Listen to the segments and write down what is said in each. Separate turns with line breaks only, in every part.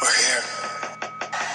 We're here.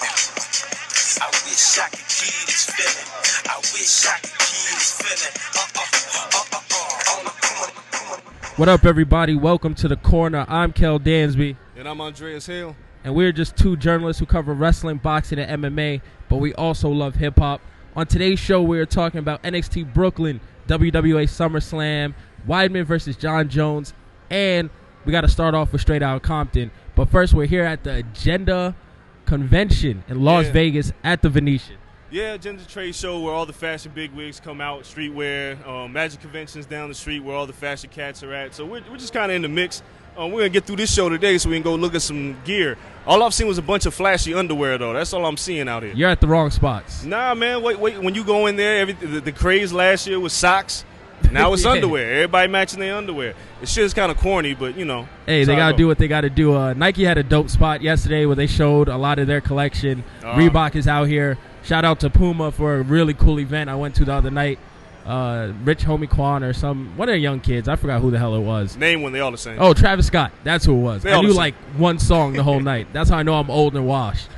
I wish I could keep this feeling. I wish I could keep this feeling. Uh uh uh uh uh. On the corner.
What up, everybody? Welcome to the corner. I'm Kel Dansby,
And I'm Andreas Hill.
and we're just two journalists who cover wrestling, boxing, and MMA, but we also love hip hop. On today's show, we are talking about NXT Brooklyn, WWA SummerSlam, Weidman versus John Jones, and we got to start off with Straight Out Compton. But first, we're here at the Agenda Convention in Las
Yeah.
Vegas at the Venetian.
Yeah, Agenda Trade Show where all the fashion bigwigs come out, streetwear, um, magic conventions down the street where all the fashion cats are at. So we're, we're just kind of in the mix. Um, we're going to get through this show today so we can go look at some gear. All I've seen was a bunch of flashy underwear, though. That's all I'm seeing out here.
You're at the wrong spots.
Nah, man, wait, wait. When you go in there, every, the, the craze last year was socks. Now it's
Yeah.
underwear. Everybody matching their underwear. This shit is kind of corny, but you know.
Hey,
that's
they
how it
gotta
go.
do what they gotta do. Uh, Nike had a dope spot yesterday where they showed a lot of their collection.
Uh.
Reebok is out here. Shout out to Puma for a really cool event I went to the other night. Uh, Rich Homie Quan or some one of the young kids. I forgot who the hell it was.
Name when they all the same.
Oh, Travis Scott. That's who it was.
They
I
all
knew
the same.
like one song the whole night. That's how I know I'm old and washed.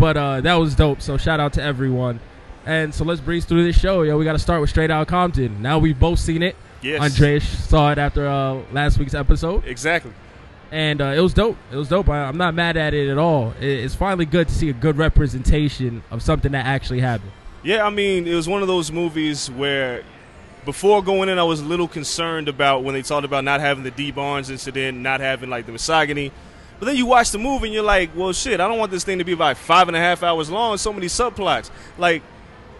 but uh, that was dope. So shout out to everyone. And so let's breeze through this show. Yo, we got to start with Straight Out Compton. Now we've both seen it.
Yes.
Andreas saw it after uh, last week's episode
Exactly.
and uh, it was dope. It was dope. I, I'm not mad at it at all. It, it's finally good to see a good representation of something that actually happened.
Yeah, I mean, it was one of those movies where before going in, I was a little concerned about when they talked about not having the D Barnes incident, not having like the misogyny. But then you watch the movie and you're like, well, shit, I don't want this thing to be about five and a half hours long, so many subplots. Like,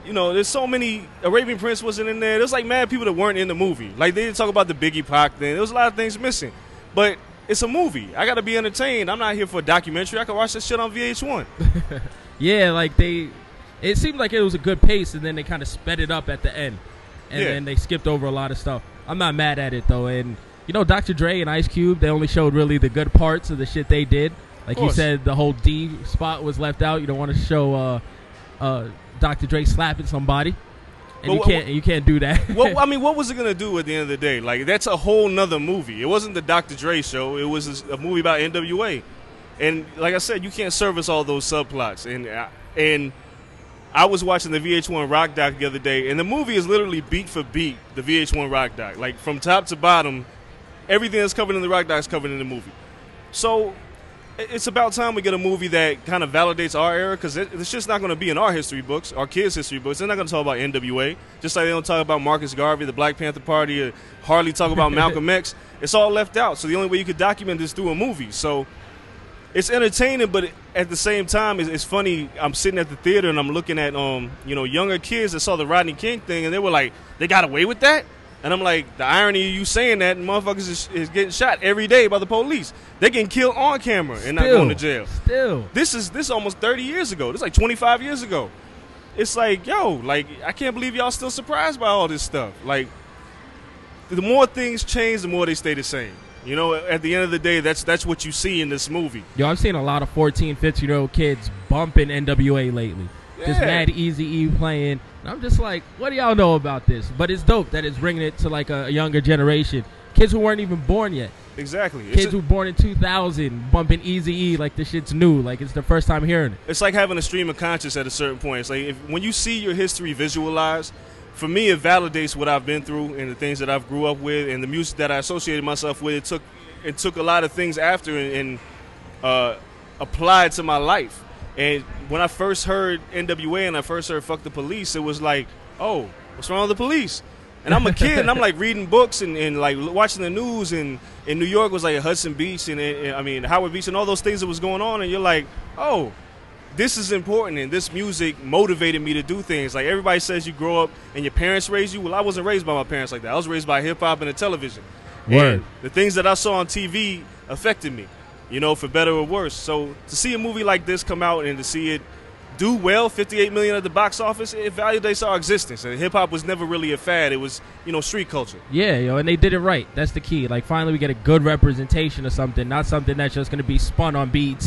you know, there's so many. Arabian Prince wasn't in there. There's like mad people that weren't in the movie. Like, they didn't talk about the Biggie Pac thing. There was a lot of things missing. But it's a movie. I got to be entertained. I'm not here for a documentary. I can watch that shit on VH1.
Yeah, like they, it seemed like it was a good pace, and then they kind of sped it up at the end, and
Yeah.
then they skipped over a lot of stuff. I'm not mad at it though, and you know, Dr. Dre and Ice Cube, they only showed really the good parts of the shit they did. Like you
course.
said, the whole D spot was left out. You don't want to show uh, uh, Dr. Dre slapping somebody, and
But
you
wha-
can't you can't do that.
well, I mean, what was it gonna do at the end of the day? Like, that's a whole nother movie. It wasn't the Dr. Dre show. It was a movie about NWA, and like I said, you can't service all those subplots. And I- and I was watching the VH1 Rock Doc the other day, and the movie is literally beat for beat the VH1 Rock Doc. Like from top to bottom, everything that's covered in the Rock Doc is covered in the movie. So it- it's about time we get a movie that kind of validates our era because it, it's just not going to be in our history books, our kids' history books. They're not going to talk about NWA, just like they don't talk about Marcus Garvey, the Black Panther Party, or hardly talk about Malcolm X. It's all left out. So the only way you could document this through a movie. So it's entertaining, but at the same time, it's, it's funny. I'm sitting at the theater and I'm looking at um, you know, younger kids that saw the Rodney King thing, and they were like, they got away with that. And I'm like, the irony of you saying that, motherfuckers is, is getting shot every day by the police. They're getting killed on camera and not
Still.
going to jail.
Still.
This is this almost 30 years ago. This is like 25 years ago. It's like, yo, like I can't believe y'all still surprised by all this stuff. Like the more things change, the more they stay the same. You know, at the end of the day, that's that's what you see in this movie.
Yo, I've seen a lot of 14, 15 year old kids bumping NWA lately. Just
Yeah.
mad Easy E playing. And I'm just like, what do y'all know about this? But it's dope that it's bringing it to like a younger generation. Kids who weren't even born yet.
Exactly. It's,
Kids who were born in 2000 bumping Easy E like this shit's new. Like it's the first time hearing it.
it's like having a stream of conscious at a certain point. It's like if, when you see your history visualized, for me, it validates what I've been through and the things that I've grew up with and the music that I associated myself with. It took it took a lot of things after and, and uh, applied to my life. And when I first heard NWA and I first heard "Fuck the Police," it was like, "Oh, what's wrong with the police?" And I'm a kid, and I'm like reading books and, and like watching the news. And in New York was like Hudson Beach, and, and I mean Howard Beach, and all those things that was going on. And you're like, "Oh, this is important and this music motivated me to do things like everybody says you grow up and your parents raise you well i wasn't raised by my parents like that i was raised by hip-hop and the television
Word.
And the things that i saw on tv affected me you know for better or worse so to see a movie like this come out and to see it do well 58 million at the box office it validates our existence and hip-hop was never really a fad it was you know street culture
Yeah, yo, and they did it right. That's the key. Like finally we get a good representation of something, not something that's just gonna be spun on BET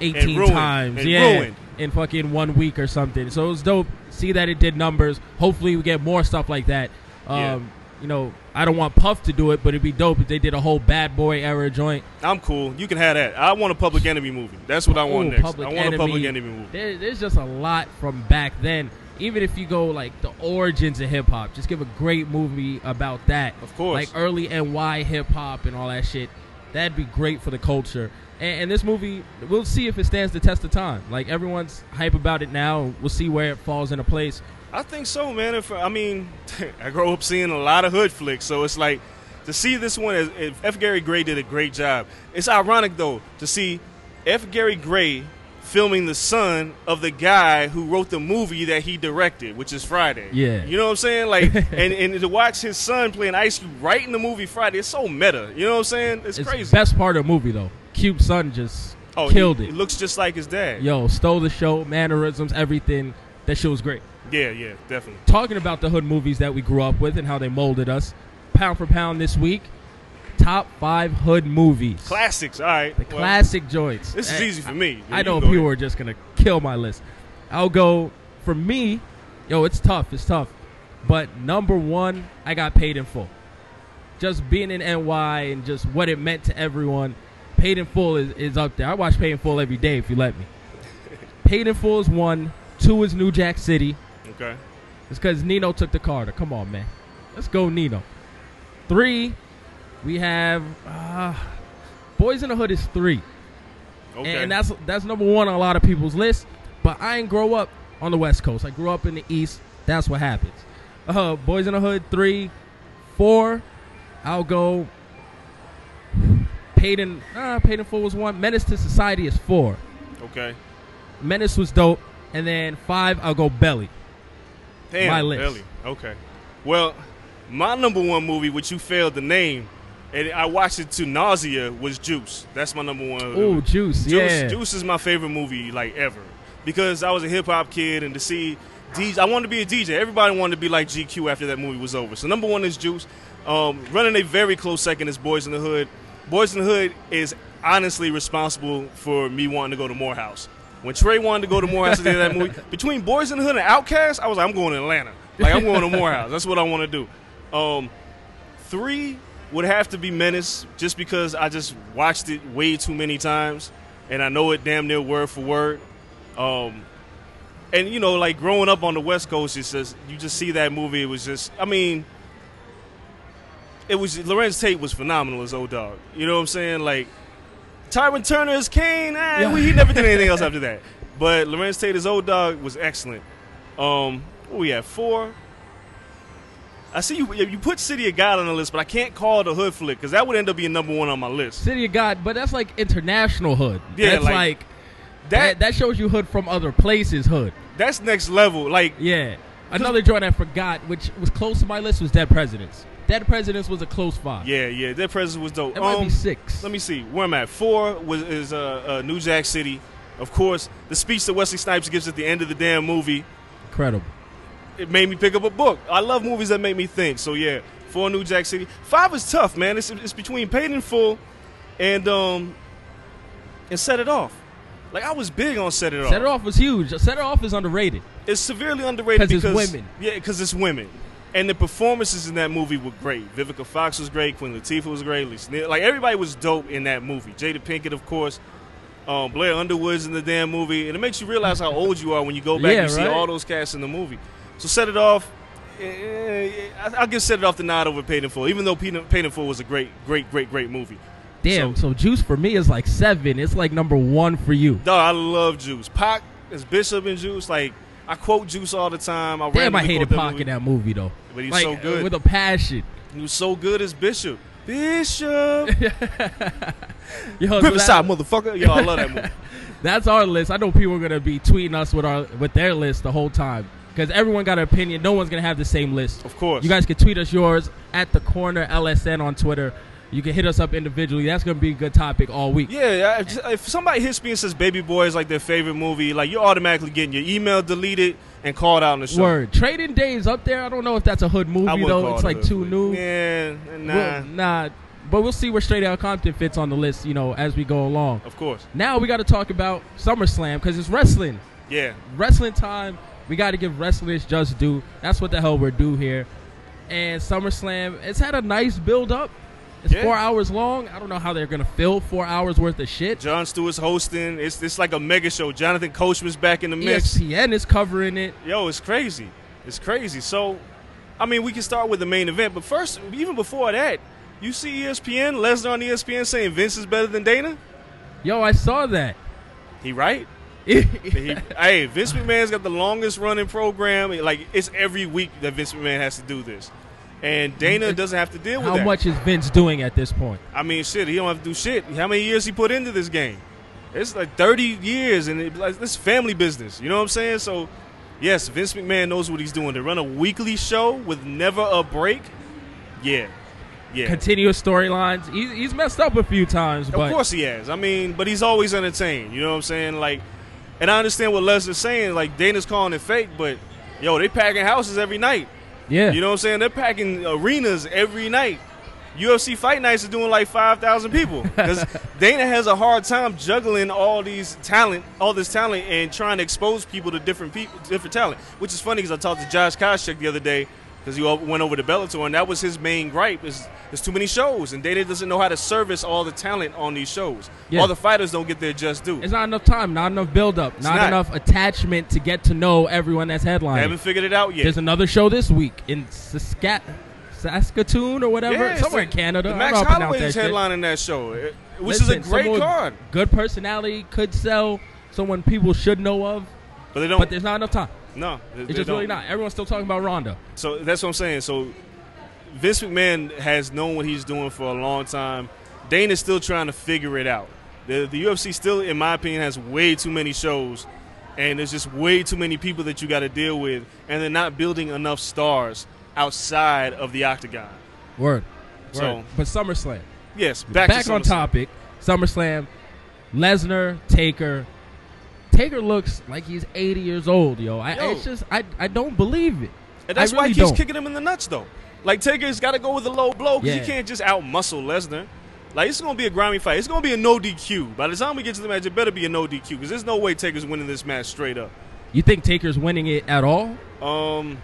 eighteen
ruined.
times.
And
yeah.
ruined.
In fucking one week or something. So it was dope. See that it did numbers. Hopefully we get more stuff like that. Um
Yeah.
you know, I don't want Puff to do it, but it'd be dope if they did a whole bad boy era joint.
i'm cool you can have that i want a public enemy movie that's what i want
Ooh,
next i want a public enemy movie
There, there's just a lot from back then. Even if you go like the origins of hip hop, just give a great movie about that.
Of course.
like early NY hip hop and all that shit. That'd be great for the culture. And, and this movie, we'll see if it stands the test of time. Like everyone's hype about it now. We'll see where it falls into place.
I think so, man. If I mean, I grew up seeing a lot of hood flicks, so it's like to see this one. is- if F. Gary Gray did a great job. It's ironic though to see F. Gary Gray filming the son of the guy who wrote the movie that he directed, which is Friday.
Yeah.
you know what I'm saying? Like, and and to watch his son playing Ice Cube right in the movie Friday, it's so meta. You know what I'm saying? It's,
It's
crazy.
best part of the movie though. Cube Sun just
oh,
killed
he-
it.
He looks just like his dad.
Yo, stole the show, mannerisms, everything. That shit was great.
Yeah, yeah, definitely.
talking about the hood movies that we grew up with and how they molded us. Pound for pound this week, top five hood movies.
Classics. All right.
the
well,
classic joints.
This is
Eh,
easy for me.
I
You
know
go
people
ahead.
are just gonna kill my list. I'll go for me, yo, it's tough, it's tough. But number one, I got paid in full. Just being in NY and just what it meant to everyone, paid in full is, is up there. I watch paid in full every day if you let me. paid in full is one, two is New Jack City.
Okay.
It's because Nino took the Carter. Come on, man. Let's go, Nino. Three, we have uh, Boys in the Hood is three,
Okay.
And- and that's that's number one on a lot of people's list. But I didn't grow up on the West Coast. I grew up in the East. That's what happens. Uh, Boys in the Hood three, four. I'll go. Paid in uh, Paid in full was one. Menace to Society is four.
okay.
Menace was dope. And then five, I'll go Belly.
Damn,
My list.
Really? Okay. Well, my number one movie, which you failed to name, and I watched it to nausea, was Juice. That's my number one.
Ooh, Juice,
Juice,
yeah.
Juice is my favorite movie, like ever, because I was a hip hop kid, and to see DJ, I wanted to be a DJ. Everybody wanted to be like GQ after that movie was over. So number one is Juice. Um, running a very close second is Boys in the Hood. Boys in the Hood is honestly responsible for me wanting to go to Morehouse. When Trey wanted to go to Morehouse at the end of that movie, between Boys in the Hood and Outcast, I was like, I'm going to Atlanta. Like I'm going to Morehouse. That's what I want to do. Um, Three would have to be Menace, just because I just watched it way too many times, and I know it damn near word for word. Um, and you know, like growing up on the West Coast, it's just you just see that movie. It was just, I mean, it was Lorenz Tate was phenomenal as old dog. You know what I'm saying? Like Tyron Turner is Kane. Ah,
Yeah.
we- he never did anything else after that. But Lorenz Tate as old dog was excellent. Um, what we at four. I see you. You put City of God on the list, but I can't call it a hood flick because that would end up being number one on my list.
City of God, but that's like international hood.
Yeah,
that's
like-
like, that,
That,
that shows you hood from other places hood.
that's next level. Like
Yeah. Another joint I forgot, which was close to my list, was Dead Presidents. Dead Presidents was a close five.
yeah, yeah. That president was dope.
That might be
Um,
six.
Let me see. Where I'm at. Four was is uh, uh, New Jack City. Of course, the speech that Wesley Snipes gives at the end of the damn movie.
Incredible.
it made me pick up a book. I love movies that make me think. So yeah, four New Jack City. Five is tough, man. It's, it's between Paid in Full and um and Set It Off. Like I was big on Set It Off.
Set It Off was huge. Set It Off is underrated.
It's severely underrated
'Cause it's
because
women.
Yeah, because it's women. And the performances in that movie were great. Vivica Fox was great. Queen Latifah was great. Lee Sne- Like everybody was dope in that movie. Jada Pinkett, of course. Um, Blair Underwood's in the damn movie, and it makes you realize how old you are when you go back
Yeah,
and you see
right.
all those casts in the movie. So set it off. eh, I- I'll give set it off the nod over Paid in Full, even though Paid Paid in Full was a great, great, great, great movie.
Damn, so, Juice for me is like seven. It's like number one for you.
Dog, I love Juice. Pac is Bishop and Juice. Like I quote Juice all the time. I
Damn, I
randomly
hated
quote that
Pac
movie.
in that movie, though.
But he's
like,
so good.
uh, With a passion.
He was so good as Bishop. Bishop.
Yo, so that-
Riverside, motherfucker. Yo, I love that movie.
that's our list. I know people are going to be tweeting us with our with their list the whole time. Because everyone got an opinion. No one's going to have the same list.
Of course.
You guys can tweet us yours at the corner LSN on Twitter. You can hit us up individually. That's going to be a good topic all week.
Yeah, I- if, if somebody hits me and says Baby Boy is like their favorite movie, like you're automatically getting your email deleted and called out on the show.
Word. Trading Days up there. I don't know if that's a hood
I
movie
wouldn't
though.
call
It's
it
like
a
too
flick.
new.
Yeah, nah.
We'll- nah. But we'll see where Straight Out Compton fits on the list. You know, as we go along.
Of course.
Now we got to talk about SummerSlam because it's wrestling.
Yeah.
Wrestling time. We got to give wrestling its just due. That's what the hell we're due here. And SummerSlam, it's had a nice build up. It's
Yeah.
four hours long. I don't know how they're gonna fill four hours worth of shit.
John Stewart's hosting. It's it's like a mega show. Jonathan Coachman's back in the
E
mix.
ESPN is covering it.
Yo, it's crazy. It's crazy. So, I mean, we can start with the main event, but first, even before that, you see E ESPN, Lesnar on E ESPN saying Vince is better than Dana.
Yo, I saw that.
He right. He, hey, Vince McMahon's got the longest running program. Like it's every week that Vince McMahon has to do this, and Dana doesn't have to deal with
How
that.
much is Vince doing at this point?
I mean, shit, he don't have to do shit. How many years he put into this game? It's like 30 years, and it, like, this family business. You know what I'm saying? So, yes, Vince McMahon knows what he's doing. To run a weekly show with never a break, yeah, yeah.
Continuous storylines. He, he's messed up a few times, but
Of course he has. I mean, but he's always entertained. You know what I'm saying? Like, and I understand what Lesnar's saying. Like, Dana's calling it fake, but yo, they packing houses every night.
yeah,
You know what I'm saying? They're packing arenas every night. UFC fight nights are doing like five thousand people because Dana has a hard time juggling all these talent, all this talent, and trying to expose people to different people, different talent. Which is funny because I talked to Josh Koscheck the other day because he o- went over to Bellator, and that was his main gripe: is there's too many shows, and Dana doesn't know how to service all the talent on these shows.
Yeah.
All the fighters don't get their just due.
it's not enough time, not enough build up, not,
not.
enough attachment to get to know everyone that's
I
headlining.
haven't figured it out yet.
There's another show this week in Saskat- Saskatoon or whatever,
Yeah, it's
somewhere
the-
in Canada.
the
I
Max
don't know how to pronounce
Holloway's
that shit.
headlining that show, eh, which
Listen,
is a great
someone with
card.
Good personality, could sell. Someone people should know of,
But they don't.
but there's not enough time.
No, they- they
It's just really
don't.
not. Everyone's still talking about Ronda.
So that's what I'm saying. So Vince McMahon has known what he's doing for a long time. Dana's still trying to figure it out. The, the UFC still, in my opinion, has way too many shows, and there's just way too many people that you got to deal with, and they're not building enough stars outside of the octagon.
Word.
So-
Word. But SummerSlam.
Yes, back, to
back on
SummerSlam.
topic. SummerSlam, Lesnar, Taker. Taker looks like he's 80 years old, yo. I,
Yo.
It's just I, I don't believe it.
And that's
I
why
really
he keeps
don't.
kicking him in the nuts, though. Like Taker's got to go with a low blow because
Yeah.
you can't just out muscle Lesnar. Like it's gonna be a grimy fight. It's gonna be a no DQ. By the time we get to the match, it better be a no DQ because there's no way Taker's winning this match straight up.
You think Taker's winning it at all,
Um,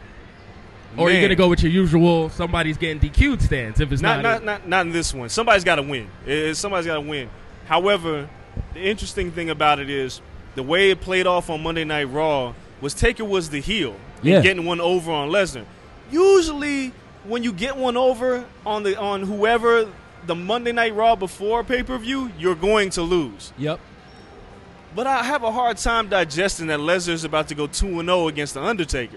or are you
man.
gonna go with your usual somebody's getting DQ'd stance if it's not?
Not not, not not in this one. Somebody's got to win. It- it- somebody's got to win. However, the interesting thing about it is the way it played off on Monday Night Raw was Taker was the heel
Yeah.
and getting one over on Lesnar. Usually, when you get one over on the on whoever the Monday Night Raw before pay per view, you're going to lose.
yep.
But I have a hard time oh digesting that Lesnar's about to go two and zero against the Undertaker.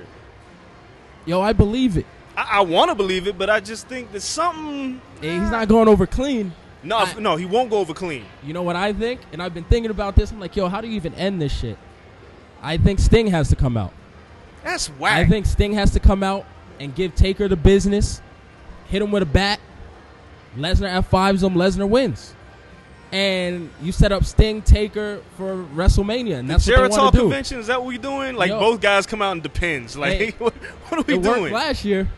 Yo, I believe it.
I, I want to believe it, but I just think that something.
And he's not going over clean.
No,
I-
no, he won't go over clean.
You know what I think? And I've been thinking about this. I'm like, yo, how do you even end this shit? I think Sting has to come out.
That's
I
whack.
think Sting has to come out and give Taker the business, hit him with a bat. Lesnar at fives him, Lesnar wins. And you set up Sting Taker for WrestleMania, and
the
that's what they
Geritol
want to do.
convention is that what we doing? Like
Yo.
both guys come out and depends. Like
Hey.
what, what are we
It worked
doing?
last year.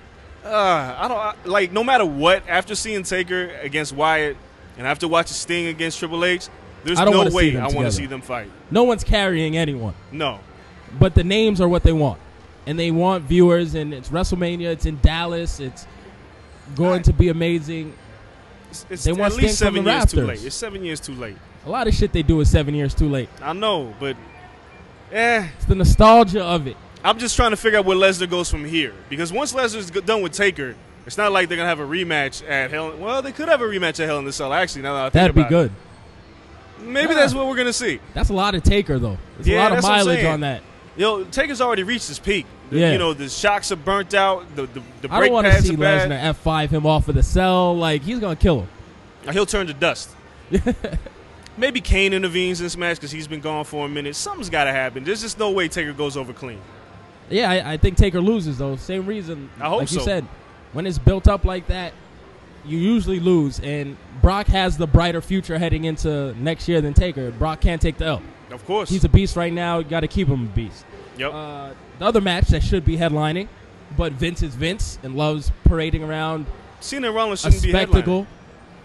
Uh, I don't I, like no matter what. After seeing Taker against Wyatt, and after watching Sting against Triple H, there's
I don't
no
wanna see
way
them
I want
together.
to see them fight.
No one's carrying anyone,
No,
but the names are what they want, and they want viewers. And it's WrestleMania. It's in Dallas. It's going to be amazing.
it's, it's
They want
at least
Sting
seven
from the
years too
rafters.
late. It's seven years too late.
A lot of shit they do is seven years too late.
I know, but eh,
It's the nostalgia of it.
I'm just trying to figure out where Lesnar goes from here because once Lesnar's g- done with Taker. It's not like they're gonna have a rematch at Hell. Well, they could have a rematch at Hell in the Cell. Actually, now that I think
That'd be
about it.
good.
Maybe
Yeah.
that's what we're gonna see.
That's a lot of Taker though. There's
Yeah,
a lot of
that's what I'm
mileage
saying.
on that.
Yo, Taker's already reached his peak. The-
Yeah.
You know, the shocks are burnt out. The the, the
I don't
brake
want to
pads
see
are bad.
Lesnar F5 him off of the cell. Like, he's going to kill him.
He'll turn to dust. Maybe Kane intervenes in this match because he's been gone for a minute. Something's got to happen. There's just no way Taker goes over clean.
Yeah, I, I think Taker loses, though. Same reason.
I hope
like you
so.
said, when it's built up like that, you usually lose. And Brock has the brighter future heading into next year than Taker. Brock can't take the L.
Of course.
He's a beast right now. You got to keep him a beast.
yep.
Uh, the other match that should be headlining, but Vince is Vince and loves parading around
Cena and Rollins
a
shouldn't be headlining.
spectacle.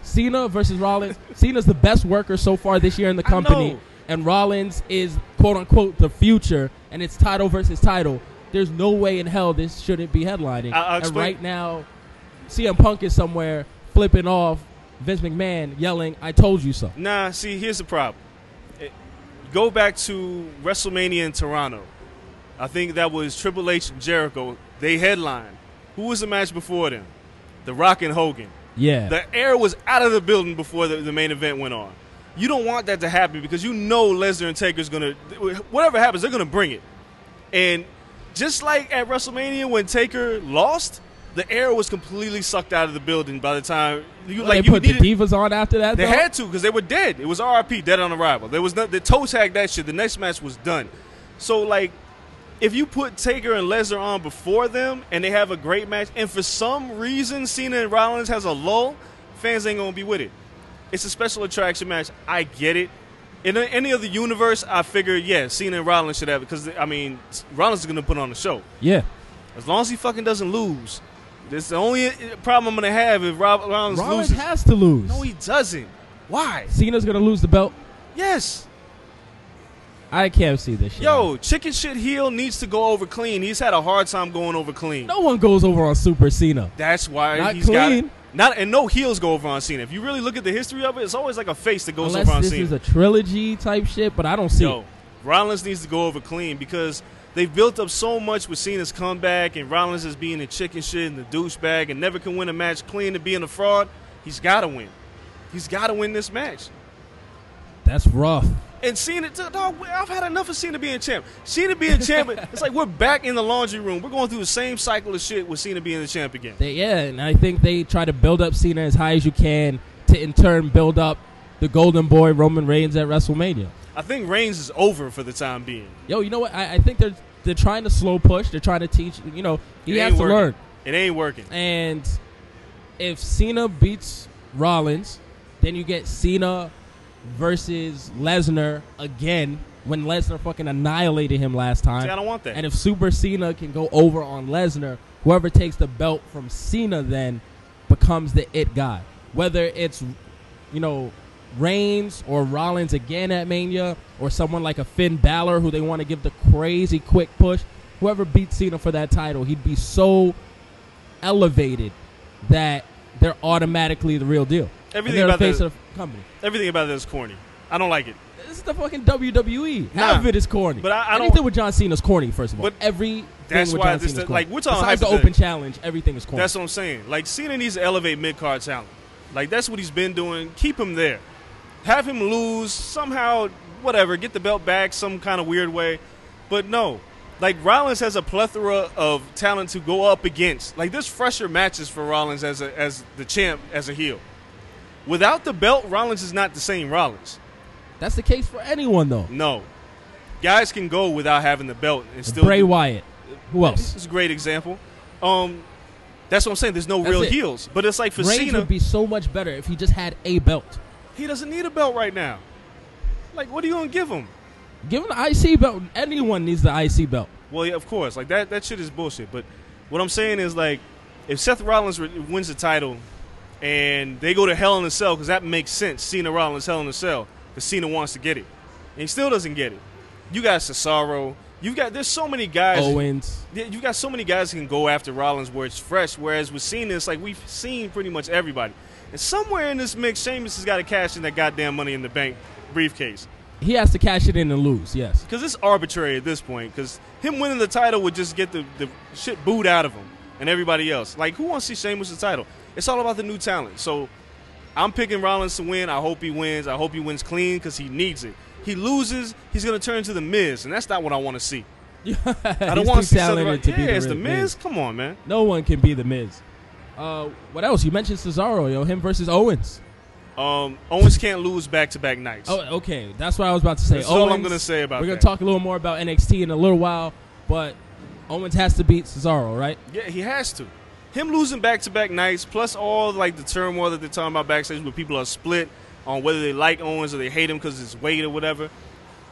Cena versus Rollins. Cena's the best worker so far this year in the
I know.
company, and Rollins is quote unquote the future, and it's title versus title. There's no way in hell this shouldn't be headlining.
I- I'll
and
explain-
right now, CM Punk is somewhere flipping off Vince McMahon, yelling, "I told you so."
Nah, see, here's the problem. It- go back to WrestleMania in Toronto. I think that was Triple H and Jericho. They headlined. Who was the match before them? The Rock and Hogan.
Yeah,
The air was out of the building before the, the main event went on. You don't want that to happen because you know Lesnar and Taker's gonna whatever happens, they're gonna bring it. And just like at WrestleMania when Taker lost, the air was completely sucked out of the building by the time you like
they
you
put
needed,
the divas on after that.
they
though?
had to because they were dead. It was RIP, dead on arrival. There was no, they toe tagged that shit. The next match was done. So like, if you put Taker and Lesnar on before them and they have a great match, and for some reason Cena and Rollins has a lull, fans ain't gonna be with it. It's a special attraction match. I get it. In a- any other universe, I figure yeah, Cena and Rollins should have it because I mean Rollins is gonna put on the show.
yeah.
As long as he fucking doesn't lose, that's the only problem I'm gonna have if Rob Rollins,
Rollins
loses.
has to lose.
no, he doesn't. Why?
Cena's gonna lose the belt.
Yes.
I can't see this shit.
Yo, chicken shit heel needs to go over clean. He's had a hard time going over clean.
no one goes over on Super Cena.
That's why
Not
he's got
clean.
Not and no heels go over on Cena. If you really look at the history of it, it's always like a face that goes
Unless
over on
this
Cena.
is a trilogy type shit, but I don't see.
Yo,
it.
Rollins needs to go over clean because they've built up so much with Cena's comeback and Rollins as being a chicken shit and the douchebag and never can win a match clean and being a fraud. He's got to win. He's got to win this match.
That's rough.
And Cena, d- dog, I've had enough of Cena being champ. Cena being champ, it's like we're back in the laundry room. We're going through the same cycle of shit with Cena being the champ again.
They, yeah, and I think they try to build up Cena as high as you can to in turn build up the Golden Boy Roman Reigns at WrestleMania.
I think Reigns is over for the time being.
Yo, you know what? I, I think they're they're trying to slow push. They're trying to teach. You know, he
It
has
ain't
to
working.
learn.
It ain't working.
And if Cena beats Rollins, then you get Cena versus Lesnar again when Lesnar fucking annihilated him last time.
See, I don't want that.
And if Super Cena can go over on Lesnar, whoever takes the belt from Cena then becomes the it guy. Whether it's, you know, Reigns or Rollins again at Mania, or someone like a Finn Balor who they want to give the crazy quick push, whoever beats Cena for that title, he'd be so elevated that they're automatically the real deal. And
Everything
they're
about
the face
the-
of the company.
Everything about this is corny. I don't like it.
This is the fucking WWE. Half
Nah,
of it is corny.
but I- I don't-
anything with John Cena's corny. First of all,
But
everything
that's
with
why
John
this
Cena's
is-
corny.
like, we're talking
Besides the
hypothetical.
open challenge, everything is corny.
That's what I'm saying. Like Cena needs elevated mid card talent. Like that's what he's been doing. Keep him there. Have him lose somehow, whatever. Get the belt back some kind of weird way. But no, Like Rollins has a plethora of talent to go up against. Like there's fresher matches for Rollins as a, as the champ as a heel. Without the belt, Rollins is not the same Rollins.
That's the case for anyone though.
No, guys can go without having the belt and still.
Bray
do-
Wyatt. Who else?
This is a great example. Um, that's what I'm saying. There's no
That's
real
it.
heels, but it's like for
Reigns
Cena,
would be so much better if he just had a belt.
he doesn't need a belt right now. Like, what are you gonna give him?
Give him the IC belt. Anyone needs the IC belt.
Well, yeah, of course. Like that, that shit is bullshit. But what I'm saying is like, if Seth Rollins re- wins the title, and they go to Hell in a Cell, because that makes sense. Cena Rollins Hell in a Cell, because Cena wants to get it, and he still doesn't get it. You got Cesaro. You got there's so many guys.
Owens.
Yeah, you got so many guys who can go after Rollins where it's fresh. Whereas with Cena, it's like we've seen pretty much everybody. And somewhere in this mix, Sheamus has got to cash in that goddamn Money in the Bank briefcase
He has to cash it in and lose. Yes.
because it's arbitrary at this point. Because him winning the title would just get the, the shit booed out of him and everybody else. Like who wants to see Sheamus the title? It's all about the new talent. So I'm picking Rollins to win. I hope he wins. I hope he wins clean because he needs it. He loses, he's gonna turn to the Miz, and that's not what I want to see. I don't want to see something. Like, yeah, it's the Miz. Come on, man.
No one can be the Miz. Uh, what else? You mentioned Cesaro, yo. Him versus Owens.
Um, Owens can't lose back to back nights.
Oh, okay. That's what I was about to say.
That's all I'm
Owens-
gonna say about
We're gonna
that.
talk a little more about NXT in a little while, but Owens has to beat Cesaro, right?
Yeah, he has to. Him losing back to back nights, plus all like the turmoil that they're talking about backstage, where people are split on whether they like Owens or they hate him because his weight or whatever.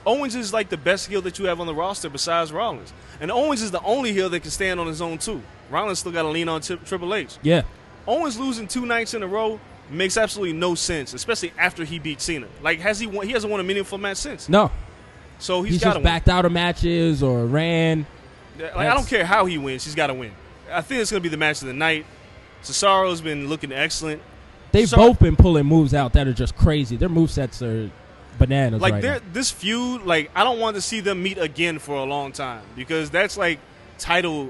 Owens is like the best heel that you have on the roster besides Rollins, and Owens is the only heel that can stand on his own too. Rollins still got to lean on Tri- Triple H.
Yeah.
Owens losing two nights in a row makes absolutely no sense, especially after he beat Cena. Like, has he won? He hasn't won a meaningful match since.
No,
So
he's,
got to
just
win.
backed out of matches or ran.
Like, I don't care how he wins, he's got to win. I think it's going to be the match of the night. Cesaro's been looking excellent.
They've
So-
both been pulling moves out that are just crazy. Their movesets are bananas
Like
right
they're
now.
this feud, like I don't want to see them meet again for a long time because that's like title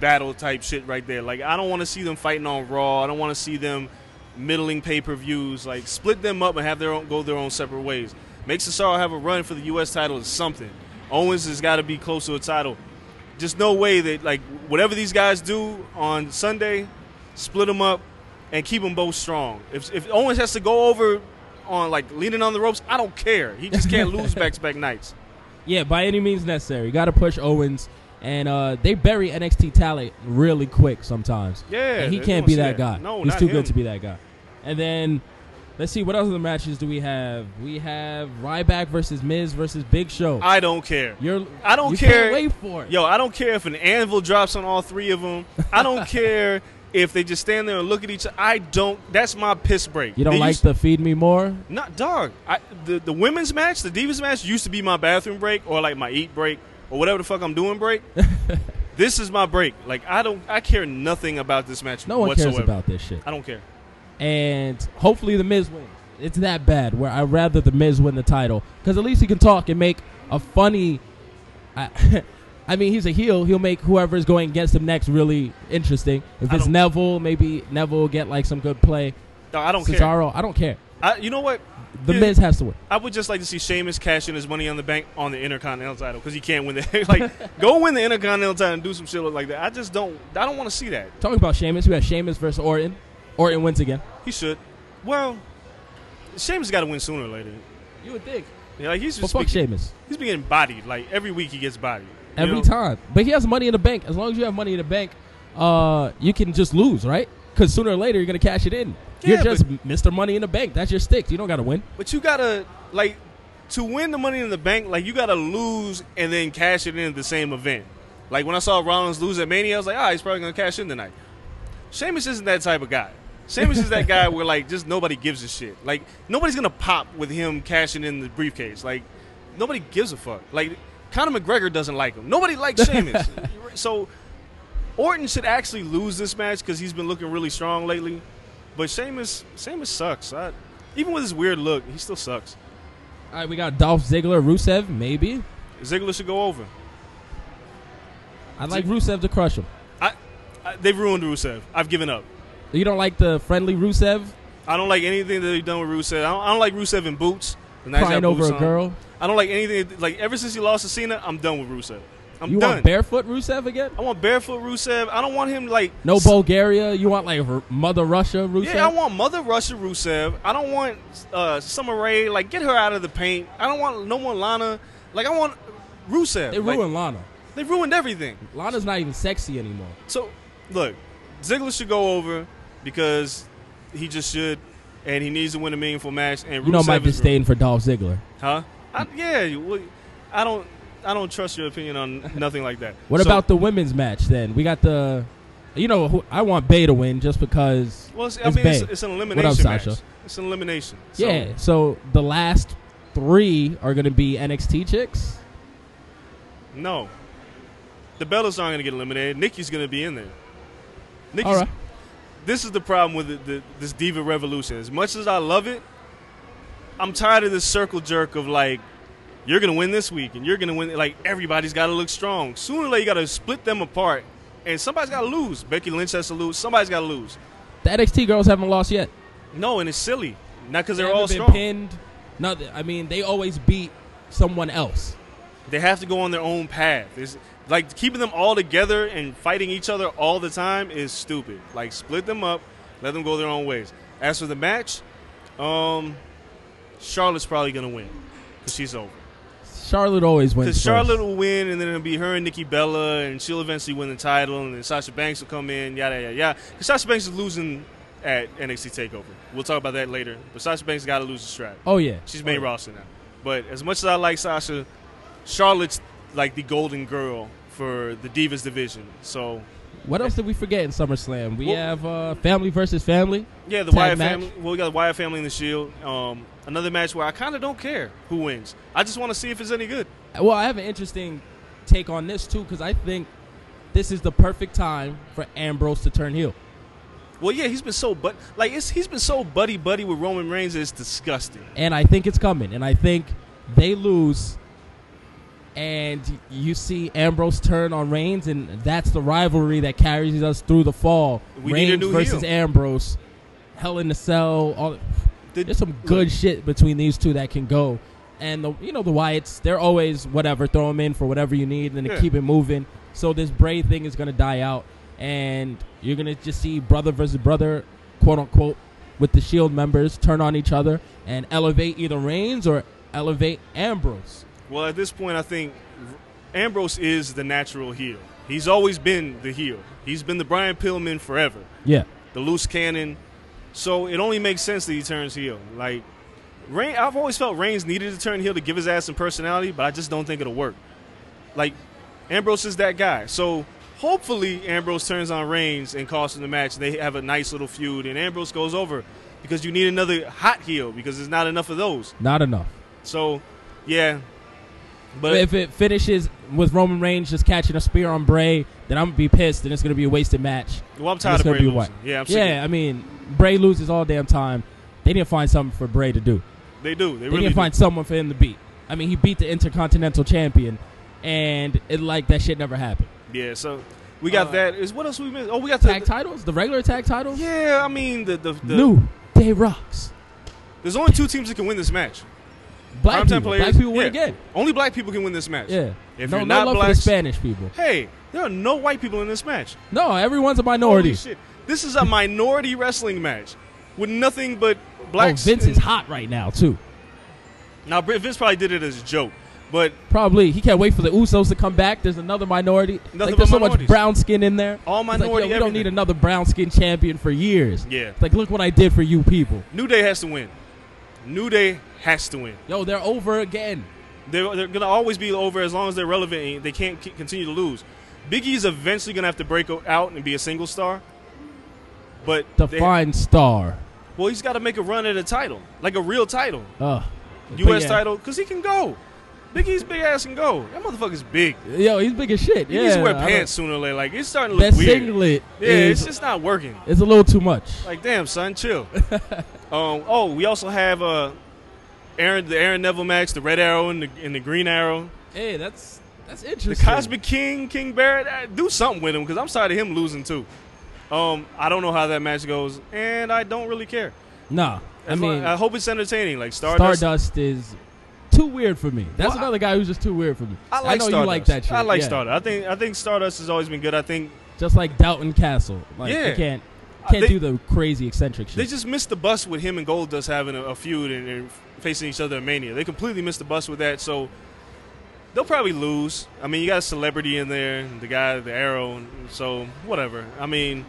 battle type shit right there. Like I don't want to see them fighting on Raw. I don't want to see them middling pay per views. Like split them up and have their own go their own separate ways. Make Cesaro have a run for the U.S. title is something. Owens has got to be close to a title. Just no way that like whatever these guys do on Sunday, split them up and keep them both strong. If if Owens has to go over on like leaning on the ropes, I don't care. He just can't lose back to back nights.
Yeah, by any means necessary. Got to push Owens, and uh, they bury NXT talent really quick sometimes.
Yeah,
and he
they
can't
don't
be
see
that,
that.
guy.
No,
he's
not
too good
him.
to be that guy. And then let's see what other matches do we have? We have Ryback versus Miz versus Big Show.
I don't care.
You're
I don't
you
care.
Can't wait for it.
Yo, I don't care if an anvil drops on all three of them. I don't care if they just stand there and look at each other. I don't. That's my piss break.
you don't
They
like
used-
the feed me more?
Not dog. I, the the women's match, the divas match, used to be my bathroom break or like my eat break or whatever the fuck I'm doing break. this is my break. Like I don't. I care nothing about this match.
No one
whatsoever.
cares about this shit.
I don't care.
And hopefully the Miz wins. It's that bad where I'd rather the Miz win the title because at least he can talk and make a funny. I, I mean, he's a heel. He'll make whoever is going against him next really interesting. If
I
it's
don't-
Neville, maybe Neville will get like some good play.
No, I don't care.
Cesaro, I don't care.
I, you know what?
The
Yeah.
Miz has to win.
I would just like to see Sheamus cash in his money on the bank on the Intercontinental title because he can't win the like go win the Intercontinental title and do some shit like that. I just don't. I don't want to see that.
Talking about Sheamus, we have Sheamus versus Orton. Orton wins again.
He should. Well, Sheamus got to win sooner or later.
You would think,
Yeah, like he's
but
just
fuck
speaking,
Sheamus
he's been getting bodied. Like every week he gets bodied. you
every
know?
time. But he has money in the bank. As long as you have money in the bank, uh, you can just lose, right? Because sooner or later you're gonna cash it in.
Yeah,
you're just Mr. Money in the Bank. That's your sticks. You don't gotta win.
But you gotta like to win the money in the bank. Like you gotta lose and then cash it in at the same event. Like when I saw Rollins lose at Mania, I was like, ah, he's probably gonna cash in tonight. Sheamus isn't that type of guy. Sheamus is that guy where like just nobody gives a shit. Like nobody's gonna pop with him cashing in the briefcase. Like nobody gives a fuck. Like Conor McGregor doesn't like him. Nobody likes Sheamus. so Orton should actually lose this match because he's been looking really strong lately. But Sheamus, Sheamus sucks. I, even with his weird look, he still sucks.
All right, we got Dolph Ziggler, Rusev, maybe.
Ziggler should go over.
I'd like Rusev to crush him.
I, I they've ruined Rusev. I've given up.
You don't like the friendly Rusev
I don't like anything that they've done with Rusev. I don't, I don't like Rusev in boots. The nice
crying
guy
over
boots
a
on.
girl?
I don't like anything. Like ever since he lost to Cena, I'm done with Rusev. I'm
you
done.
want barefoot Rusev again?
I want barefoot Rusev. I don't want him like
No
s-
Bulgaria. You want like R- Mother Russia Rusev?
Yeah, I want Mother Russia Rusev. I don't want uh, Summer Rae. Like, get her out of the paint. I don't want no more Lana. Like, I want Rusev.
They
Like,
ruined Lana.
they ruined everything.
Lana's not even sexy anymore.
So, look, Ziggler should go over because he just should, and he needs to win a meaningful match. And
You know
Rusev
my
is-
disdain for Dolph Ziggler.
huh? I, yeah, you- well, I don't. I don't trust your opinion on nothing like that.
What
So-
about the women's match then? We got the, you know, who, I want Bay to win just because.
Well, it's, I
it's
mean, it's,
Bae.
it's an
What up,
elimination match.
Sasha?
It's an elimination. So,
Yeah, so the last three are going to be NXT chicks.
No. The Bellas aren't going to get eliminated. Nikki's going to be in there. Nikki's,
All right.
This is the problem with the, the, this diva revolution. As much as I love it, I'm tired of this circle jerk of like, you're going to win this week and you're going to win. Like, everybody's got to look strong. Sooner or later, you got to split them apart and somebody's got to lose. Becky Lynch has to lose. Somebody's got to lose.
The NXT girls haven't lost yet.
No, and it's silly. Not because
They
they're
haven't
all
been
strong.
pinned. Nothing. I mean, they always beat someone else.
they have to go on their own path. It's, like keeping them all together and fighting each other all the time is stupid. Like split them up, let them go their own ways. As for the match, um, Charlotte's probably gonna win because she's over.
Charlotte always wins.
Because
first.
Charlotte will win, and then it'll be her and Nikki Bella, and she'll eventually win the title, and then Sasha Banks will come in, yada yada yada. Because Sasha Banks is losing at NXT Takeover. We'll talk about that later. But Sasha Banks got to lose the strap.
Oh yeah,
She's main roster now. But as much as I like Sasha, Charlotte's like the golden girl for the Divas division. So
What else did we forget in SummerSlam? We
Well-
have uh, family versus family.
yeah, the
Tag
Wyatt
match?
family. Well, we got the Wyatt family in the Shield. Um, another match where I kind of don't care who wins. I just want to see if it's any good.
Uh, Well, I have an interesting take on this too because I think this is the perfect time for Ambrose to turn heel.
Well, yeah, he's been so but like it's, he's been so buddy buddy with Roman Reigns. It's disgusting.
and I think it's coming. And I think they lose, and you see Ambrose turn on Reigns, and that's the rivalry that carries us through the fall.
We need
Reigns
a new
versus
heel.
Ambrose, Hell in the Cell. All
The-
there's some good shit between these two that can go. And the you know the Wyatts, they're always whatever. Throw them in for whatever you need, and then
Yeah.
keep it moving. So this Bray thing is gonna die out, and you're gonna just see brother versus brother, quote unquote, with the Shield members turn on each other and elevate either Reigns or elevate Ambrose.
Well, at this point, I think Ambrose is the natural heel. He's always been the heel. He's been the Brian Pillman forever.
Yeah,
the loose cannon. So it only makes sense that he turns heel. Like Rain, I've always felt Reigns needed to turn heel to give his ass some personality, but I just don't think it'll work. Like Ambrose is that guy. So hopefully Ambrose turns on Reigns and costs him the match. They have a nice little feud, and Ambrose goes over because you need another hot heel because there's not enough of those.
not enough.
So yeah, but
if it finishes with Roman Reigns just catching a spear on Bray, then I'm gonna be pissed, and it's gonna be a wasted match.
well, I'm
It's
tired of
gonna
Bray
be
losing.
white.
Yeah, I'm sick of
yeah. I mean, Bray loses all damn time. They need to find something for Bray to do.
it. they do. They,
They
really
need to
do.
find someone for him to beat. I mean, he beat the Intercontinental Champion, and it like that shit never happened.
Yeah, so we got
Uh,
that. Is what else we missed? Oh, we got the,
Tag titles, the regular tag titles.
Yeah, I mean the the, the
New Day rocks.
There's only two teams that can win this match.
Black
Primetime
people, black people win
yeah.
again.
Only black people can win this match.
Yeah.
If
no,
you're
no
not
love
black,
for the Spanish people.
hey, there are no white people in this match.
No, everyone's a
Holy
minority.
shit! This is a minority wrestling match with nothing but
Oh,
blacks.
Vince is hot right now too.
Now Br- Vince probably did it as a joke, but
Probably he can't wait for the Usos to come back. There's another minority.
Nothing
like there's
but
so much
minorities.
brown skin in there.
All
It's like,
minority,
yo, we don't
everything.
need another brown skin champion for years.
Yeah.
It's like look what I did for you people.
New Day has to win. New Day has to win.
Yo, they're over again.
They're, they're gonna always be over as long as they're relevant. and They can't c- continue to lose. Big E's eventually gonna have to break o- out and be a single star. But they-
Define star.
well, he's got to make a run at a title, like a real title.
Ugh. But
U.S.
yeah.
title because he can go. Big E's big ass can go. That motherfucker's big.
Yo, he's big as shit.
He
yeah,
needs to wear
I don't-
pants sooner or later. Like it's starting to
That
look weird.
singlet
yeah,
is
it's just not working.
it's a little too much.
Like damn, son, chill. um, oh, we also have uh, Aaron, the Aaron Neville match, the Red Arrow and the, and the Green Arrow,
Hey, that's that's
the
interesting.
Cosmic King, King Barrett. Uh, do something with him because I'm tired of him losing too. Um, I don't know how that match goes, and I don't really care.
Nah, I
As long-
mean
I hope it's entertaining. Like Stardust,
Stardust is too too weird for me. That's
Well, I-
another guy who's just too weird for me.
I like
know
Stardust.
you like that shit.
I like
yeah.
Stardust. I think I think Stardust has always been good. I think
Just like Downton Castle. Like
Yeah. Uh,
you can't can't
They-
do the crazy eccentric
they
shit.
just missed the bus with him and Goldust having a, a feud and, and facing each other in Mania. They completely missed the bus with that. So they'll probably lose. I mean, you got a celebrity in there, the guy, the arrow. So whatever. I mean,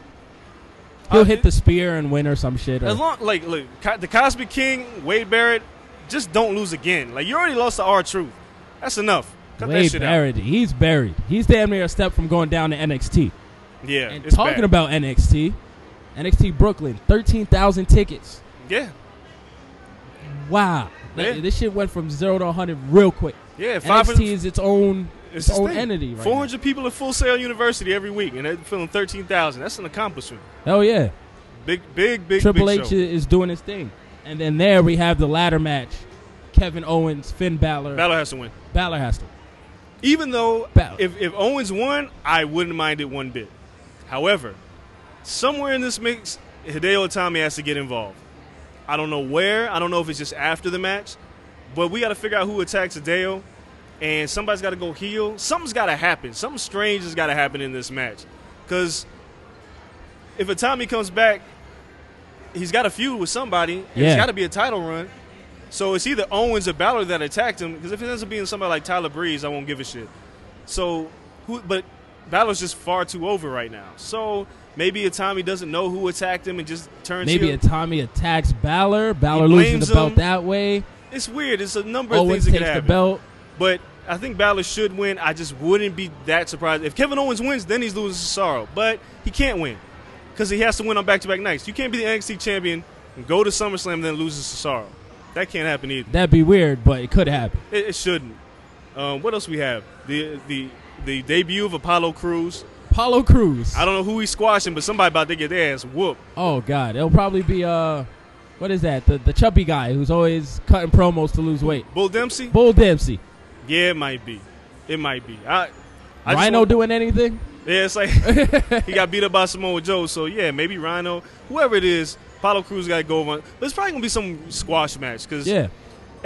He'll
uh,
hit the spear and win or some shit. Or,
As long like look, Co- the Cosby King, Wade Barrett, just don't lose again. Like you already lost to R Truth. That's enough. Cut that
Wade
shit
Barrett, he's buried. He's damn near a step from going down to NXT.
out. Yeah.
And
it's
talking
bad.
about NXT, NXT Brooklyn, thirteen thousand tickets.
Yeah.
Wow,
Yeah.
this shit went from zero to hundred real quick.
Yeah, five
NXT is its own its,
his
own
thing.
entity. Right
400 people at Full Sail University every week, and they're filling 13,000. That's an accomplishment.
Now. Hell yeah,
Big, big, big,
Triple
big
H
show.
is doing his thing, and then there we have the ladder match: Kevin Owens, Finn Balor, Balor,
Balor has to win.
has to.
Even though
Balor.
if, if Owens won, I wouldn't mind it one bit. However, somewhere in this mix, Hideo Itami has to get involved. I don't know where. I don't know if it's just after the match, but we got to figure out who attacks Hideo, and somebody's got to go heal. Something's got to happen. Something strange has got to happen in this match, because if Itami comes back, he's got a feud with somebody. and
Yeah.
It's got to be a title run. So it's either Owens or Balor that attacked him. Because if it ends up being somebody like Tyler Breeze, I won't give a shit. So, who? But Balor's just far too over right now. So maybe Itami doesn't know who attacked him and just turns.
Maybe
heel.
Itami attacks Balor. Balor
He
loses
blames
the belt
him.
that way.
it's weird. It's a number of
Owens
things that
Oh, takes
can
the
happen.
belt.
But I think Balor should win. I just wouldn't be that surprised if Kevin Owens wins. Then he's losing to Cesaro, but he can't win because he has to win on back-to-back nights. You can't be the NXT champion and go to SummerSlam and then lose to Cesaro. That can't happen either.
That'd be weird, but it could happen.
It, it shouldn't. Um, what else we have? The the the debut of Apollo Crews.
Apollo Cruz.
I don't know who he's squashing, but somebody about to get their ass whooped.
Oh God, it'll probably be uh, what is that? The the chubby guy who's always cutting promos to lose weight.
Bull Dempsey?
Bull Dempsey.
yeah, it might be. It might be. I, I just
Rhino
want-
doing anything?
Yeah, it's like he got beat up by Samoa Joe. So yeah, maybe Rhino, whoever it is, Apollo Crews got to go over. But it's probably gonna be some squash match because
Yeah. Just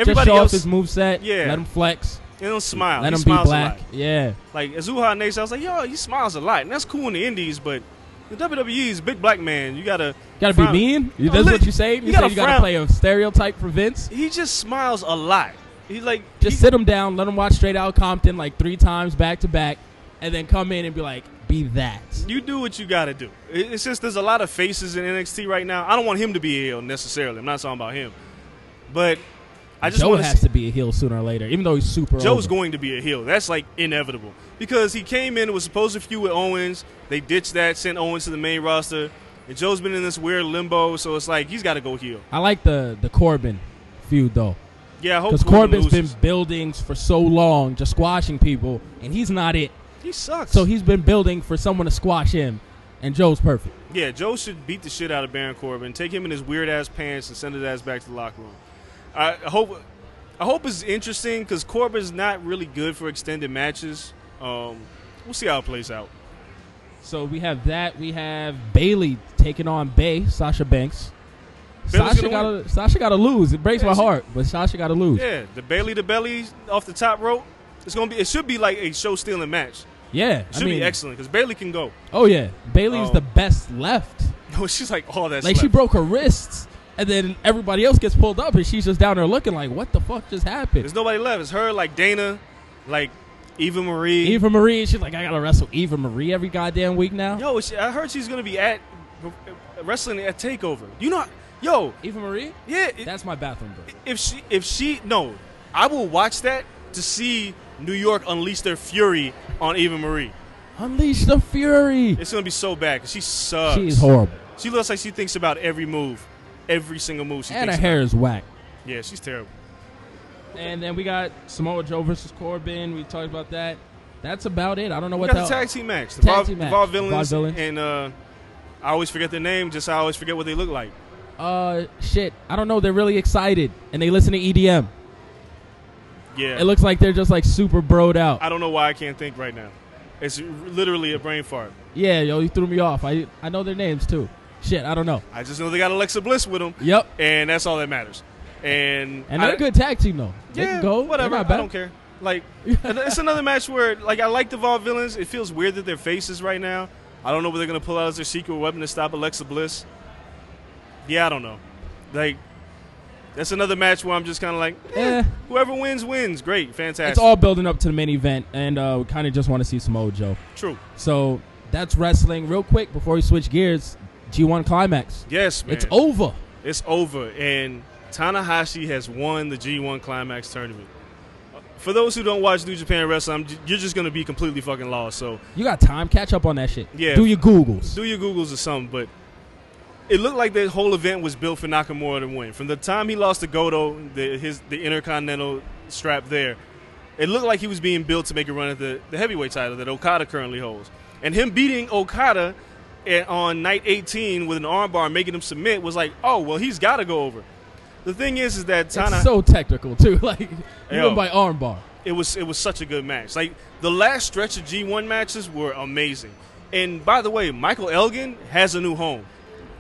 everybody
show off
else
his moveset.
Yeah.
Let him flex.
they don't smile.
let
he
him be
smiles
black.
a lot.
Yeah.
Like Azuha Nation, I was like, yo, he smiles a lot, and that's cool in the Indies, but the WWE's big black man. You gotta
Gotta be
frown-
mean.
No,
That's
li-
what you say. You,
you
say
gotta
you gotta
frown.
play a stereotype for Vince.
He just smiles a lot. He like
Just
he-
sit him down. Let him watch Straight Out Compton like three times back to back, and then come in and be like, "Be that."
You do what you got to do. It- It's just there's a lot of faces in NXT right now. I don't want him to be ill necessarily. I'm not talking about him, but I just
Joe
want
has to be a heel sooner or later, even though he's super.
Joe's
over.
going to be a heel. That's like inevitable because he came in and was supposed to feud with Owens. They ditched that, sent Owens to the main roster, and Joe's been in this weird limbo. So it's like he's got to go heel.
I like the the Corbin feud though.
Yeah, I hope
Because
Corbin
Corbin's been
loses.
building for so long, just squashing people, and he's not it.
he sucks.
So he's been building for someone to squash him, and Joe's perfect.
Yeah, Joe should beat the shit out of Baron Corbin, take him in his weird ass pants, and send his ass back to the locker room. I I hope, I hope it's interesting because Corbin's not really good for extended matches. Um, we'll see how it plays out.
So we have that. We have Bailey taking on Bay, Sasha Banks.
Bayley's
Sasha
gonna
gotta Sasha gotta lose. It breaks
Yeah,
my
she-
heart, but Sasha gotta lose. Yeah.
Yeah, the Bailey to belly off the top rope. It's gonna be. It should be like a show stealing match. It
I
should
mean,
be excellent because Bailey can go.
oh yeah, Bailey's
Oh.
the best left.
She's like all that.
Like she broke her wrists, and then everybody else gets pulled up, and she's just down there looking like, "What the fuck just happened?"
There's nobody left. It's her, like Dana, like Eva Marie.
Eva Marie, she's like, "I gotta wrestle Eva Marie every goddamn week now."
Yo, she, I heard she's gonna be at wrestling at Takeover. You know, yo,
Eva Marie.
yeah. it-
That's my bathroom break.
if she if she no, I will watch that to see New York unleash their fury on Eva Marie.
Unleash the fury.
It's gonna be so bad because she sucks.
She is horrible,
She looks like she thinks about every move, every single move she
and her
thinks.
hair is whack.
about. Yeah, she's terrible.
And then we got Samoa Joe versus Corbin. We talked about that. That's about it. I don't know
We
what
got the
the
tag team match. The
Tag
Vol-
team
the
match.
Vol villains,
Villains.
and uh, I always forget their name. Just I always forget what they look like.
Uh, shit. I don't know. They're really excited and they listen to EDM.
Yeah,
It looks like they're just like super broed out.
I don't know why I can't think right now. It's literally a brain fart.
yeah, yo, you threw me off. I I know their names too. Shit, I don't know.
I just know they got Alexa Bliss with them.
Yep.
and that's all that matters. And
And they're
I-
a good tag team though. They
Yeah,
can go. They're
whatever.
not
I
bad.
don't care. Like it's another match where like I like the Vaughn villains. It feels weird that they're faces right now. I don't know what they're gonna pull out as their secret weapon to stop Alexa Bliss. Yeah, I don't know. Like that's another match where I'm just kind of like, eh,
Eh.
whoever wins wins. Great, fantastic.
It's all building up to the main event, and uh, we kind of just want to see some Joe.
true.
So that's wrestling. Real quick before we switch gears, G1 climax.
Yes, man.
It's over.
It's over, and Tanahashi has won the G1 Climax tournament. For those who don't watch New Japan Wrestling, I'm j- you're just gonna be completely fucking lost. So
You got time. Catch up on that shit.
Yeah.
Do your Googles.
do your Googles or something, but it looked like the whole event was built for Nakamura to win. From the time he lost to Goto, the, his the Intercontinental strap there, it looked like he was being built to make a run at the, the heavyweight title that Okada currently holds. And him beating Okada at, on night 18 with an armbar, making him submit, was like, oh, well, he's got to go over. The thing is, is that Tana,
It's so technical too. like you
Yo.
went by armbar.
it was it was such a good match. Like the last stretch of G1 matches were amazing. And by the way, Michael Elgin has a new home.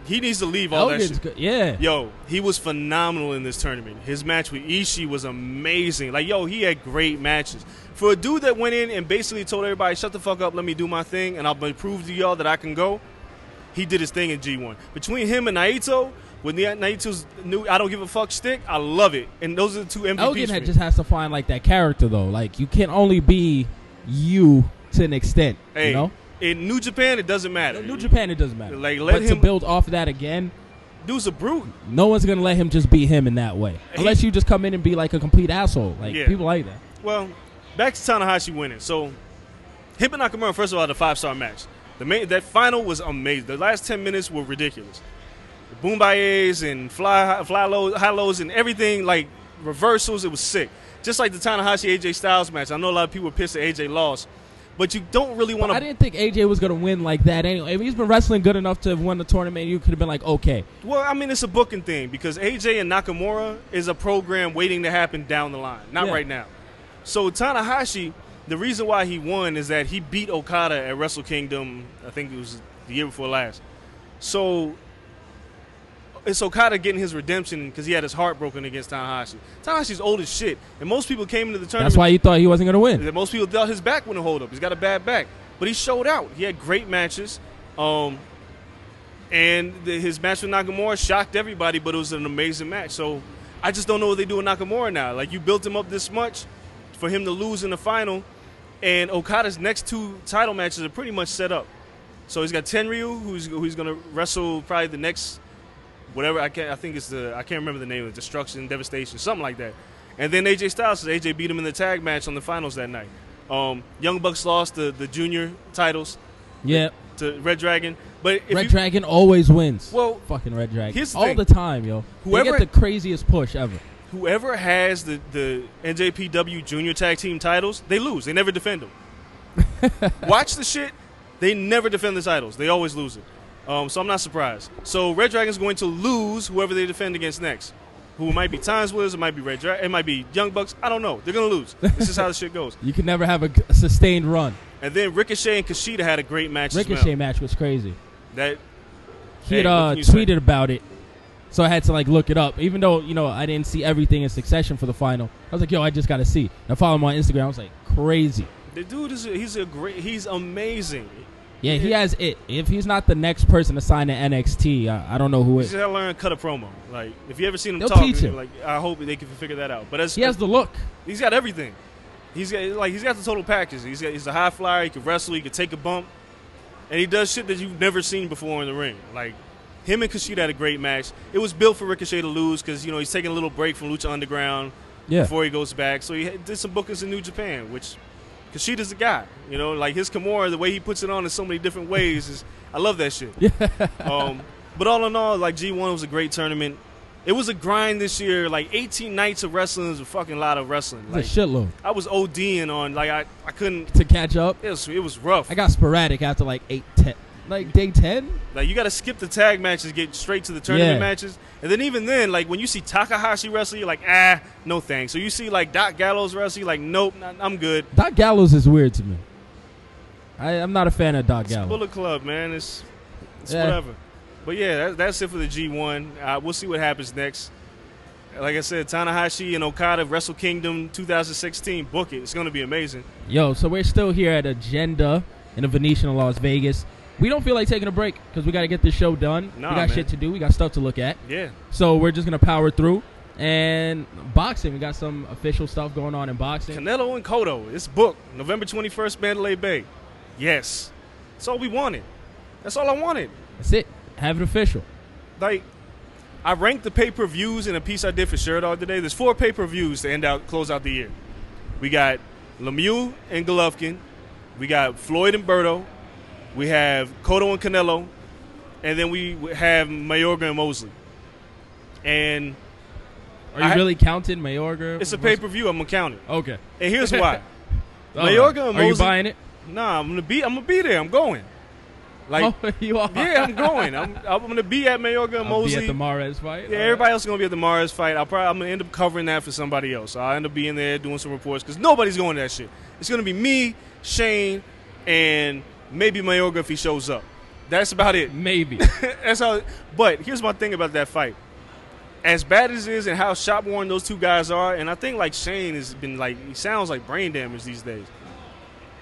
He needs to leave all that
Elgin's
shit.
good. Yeah.
Yo, he was phenomenal in this tournament. His match with Ishii was amazing. Like, yo, he had great matches. For a dude that went in and basically told everybody, shut the fuck up, let me do my thing, and I'll prove to y'all that I can go, he did his thing in G1. Between him and Naito, with Na- Naito's new I don't give a fuck stick, I love it. And those are the two MVPs.
Elgin
for
had,
me.
just has to find like that character though. Like you can only be you to an extent.
hey,
You know.
In New Japan, it doesn't matter.
New Japan, it doesn't matter.
Like, let
but
him-
to build off of that again,
Dude's a brute.
no one's gonna let him just be him in that way.
He-
Unless you just come in and be like a complete asshole. Like
Yeah.
people like that.
Well, back to Tanahashi winning. So, him and Nakamura, first of all, had a five star match. The main, that final was amazing. The last 10 minutes were ridiculous. The boom bayes and fly, fly lows, high lows and everything, like reversals, it was sick. Just like the Tanahashi AJ Styles match. I know a lot of people were pissed that AJ lost, but you don't really want
I
to.
didn't think AJ was gonna win like that anyway. If he's been wrestling good enough to have won the tournament, you could have been like, okay,
Well, I mean, it's a booking thing because AJ and Nakamura is a program waiting to happen down the line, not
Yeah.
right now. So Tanahashi, the reason why he won is that he beat Okada at Wrestle Kingdom. I think it was the year before last. So it's Okada getting his redemption because he had his heart broken against Tanahashi. Tanahashi's old as shit, and most people came into the tournament
that's why you thought he wasn't gonna win.
that most people thought his back wouldn't hold up. He's got a bad back, but he showed out. He had great matches, um, and the, his match with Nakamura shocked everybody. But it was an amazing match. So I just don't know what they do with Nakamura now. Like you built him up this much for him to lose in the final, and Okada's next two title matches are pretty much set up. So he's got Tenryu, who's who's going to wrestle probably the next whatever I can I think it's the I can't remember the name of it, Destruction, Devastation, something like that. And then AJ Styles, 'cause AJ beat him in the tag match on the finals that night. Um, Young Bucks lost the, the junior titles
yeah.
to Red Dragon, but if
Red
you,
Dragon always wins.
Well,
fucking Red Dragon
here's the
all
thing.
the time, yo.
Whoever-
they get the craziest push ever.
whoever has the the NJPW junior tag team titles, they lose. They never defend them. Watch the shit. They never defend the titles. They always lose it. Um, so I'm not surprised. So Red Dragon's going to lose whoever they defend against next. Who it might be Times Wizards, it might be Red Dragon, it might be Young Bucks. I don't know. They're gonna lose. This is how the shit goes.
You can never have a g- sustained run.
And then Ricochet and Kushida had a great match. as well.
Ricochet match was crazy.
That
He
Hey,
had,
what
uh,
can you say?
tweeted about it, so I had to like look it up. Even though you know I didn't see everything in succession for the final, I was like, yo, I just gotta see. And I follow him on Instagram. I was like, crazy.
the dude is a, he's a great he's amazing.
Yeah, he has it. If he's not the next person to sign to NXT, I, I don't know who
He's
is.
just gotta learn to cut a promo. Like if you ever seen him
They'll
talk,
teach him.
like I hope they can figure that out. But as
He has the look.
He's got everything. He's got like he's got the total package. He's got, he's a high flyer. He can wrestle. He can take a bump, and he does shit that you've never seen before in the ring. Like him and Kushida had a great match. It was built for Ricochet to lose because you know he's taking a little break from Lucha Underground
Yeah.
before he goes back. So he did some bookings in New Japan, which Kushida's the guy. You know, like his Kimura, the way he puts it on in so many different ways is I love that shit. um, but all in all, like G1 was a great tournament. It was a grind this year. Like 18 nights of wrestling is a fucking lot of wrestling. Like,
It's a shitload
I was ODing on like I, I couldn't.
to catch up.
It was, it was rough.
I got sporadic after like eight, ten, like day ten.
like you got to skip the tag matches, get straight to the tournament
Yeah.
matches, and then even then, like when you see Takahashi wrestle, you're like, ah, no thanks. So you see like Doc Gallows wrestle, you're like, nope, not, I'm good.
Doc Gallows is weird to me. I, I'm not a fan of Doc
It's
Gallows.
Bullet Club, man. It's, it's
Yeah.
whatever. But yeah, that, that's it for the G1. Uh, we'll see what happens next. Like I said, Tanahashi and Okada, Wrestle Kingdom 2016. Book it. It's going to be amazing.
Yo, so we're still here at Agenda in the Venetian in Las Vegas. We don't feel like taking a break because we got to get this show done.
Nah,
we got
man.
shit to do. We got stuff to look at.
Yeah.
So we're just gonna power through. And boxing, we got some official stuff going on in boxing.
Canelo and Cotto. It's booked. November 21st, Mandalay Bay. Yes. That's all we wanted. That's all I wanted.
That's it. Have it official.
like I ranked the pay per views in a piece I did for Sherdog today. There's four pay per views to end out close out the year. We got Lemieux and Golovkin. We got Floyd and Berto. We have Cotto and Canelo, and then we have Mayorga and Mosley. And
Are you
I-
really counting Mayorga?
it's a pay
versus-
per view. I'm gonna count it.
Okay.
And here's why.
All right.
Mayorga and
Are you
Mosley-
buying it?
Nah, I'm gonna be. I'm gonna be there. I'm going. Like
oh, you are.
yeah, I'm going. I'm, I'm gonna be at Mayorga and
I'll be
Mosley.
at the Mares fight.
Yeah,
All right.
everybody else is gonna be at the Mars fight. I'll probably I'm gonna end up covering that for somebody else. I'll end up being there doing some reports because nobody's going to that shit. It's gonna be me, Shane, and maybe Mayorga if he shows up. That's about it.
Maybe.
That's how. But here's my thing about that fight. As bad as it is and how shot worn those two guys are, and I think like Shane has been like he sounds like brain damage these days.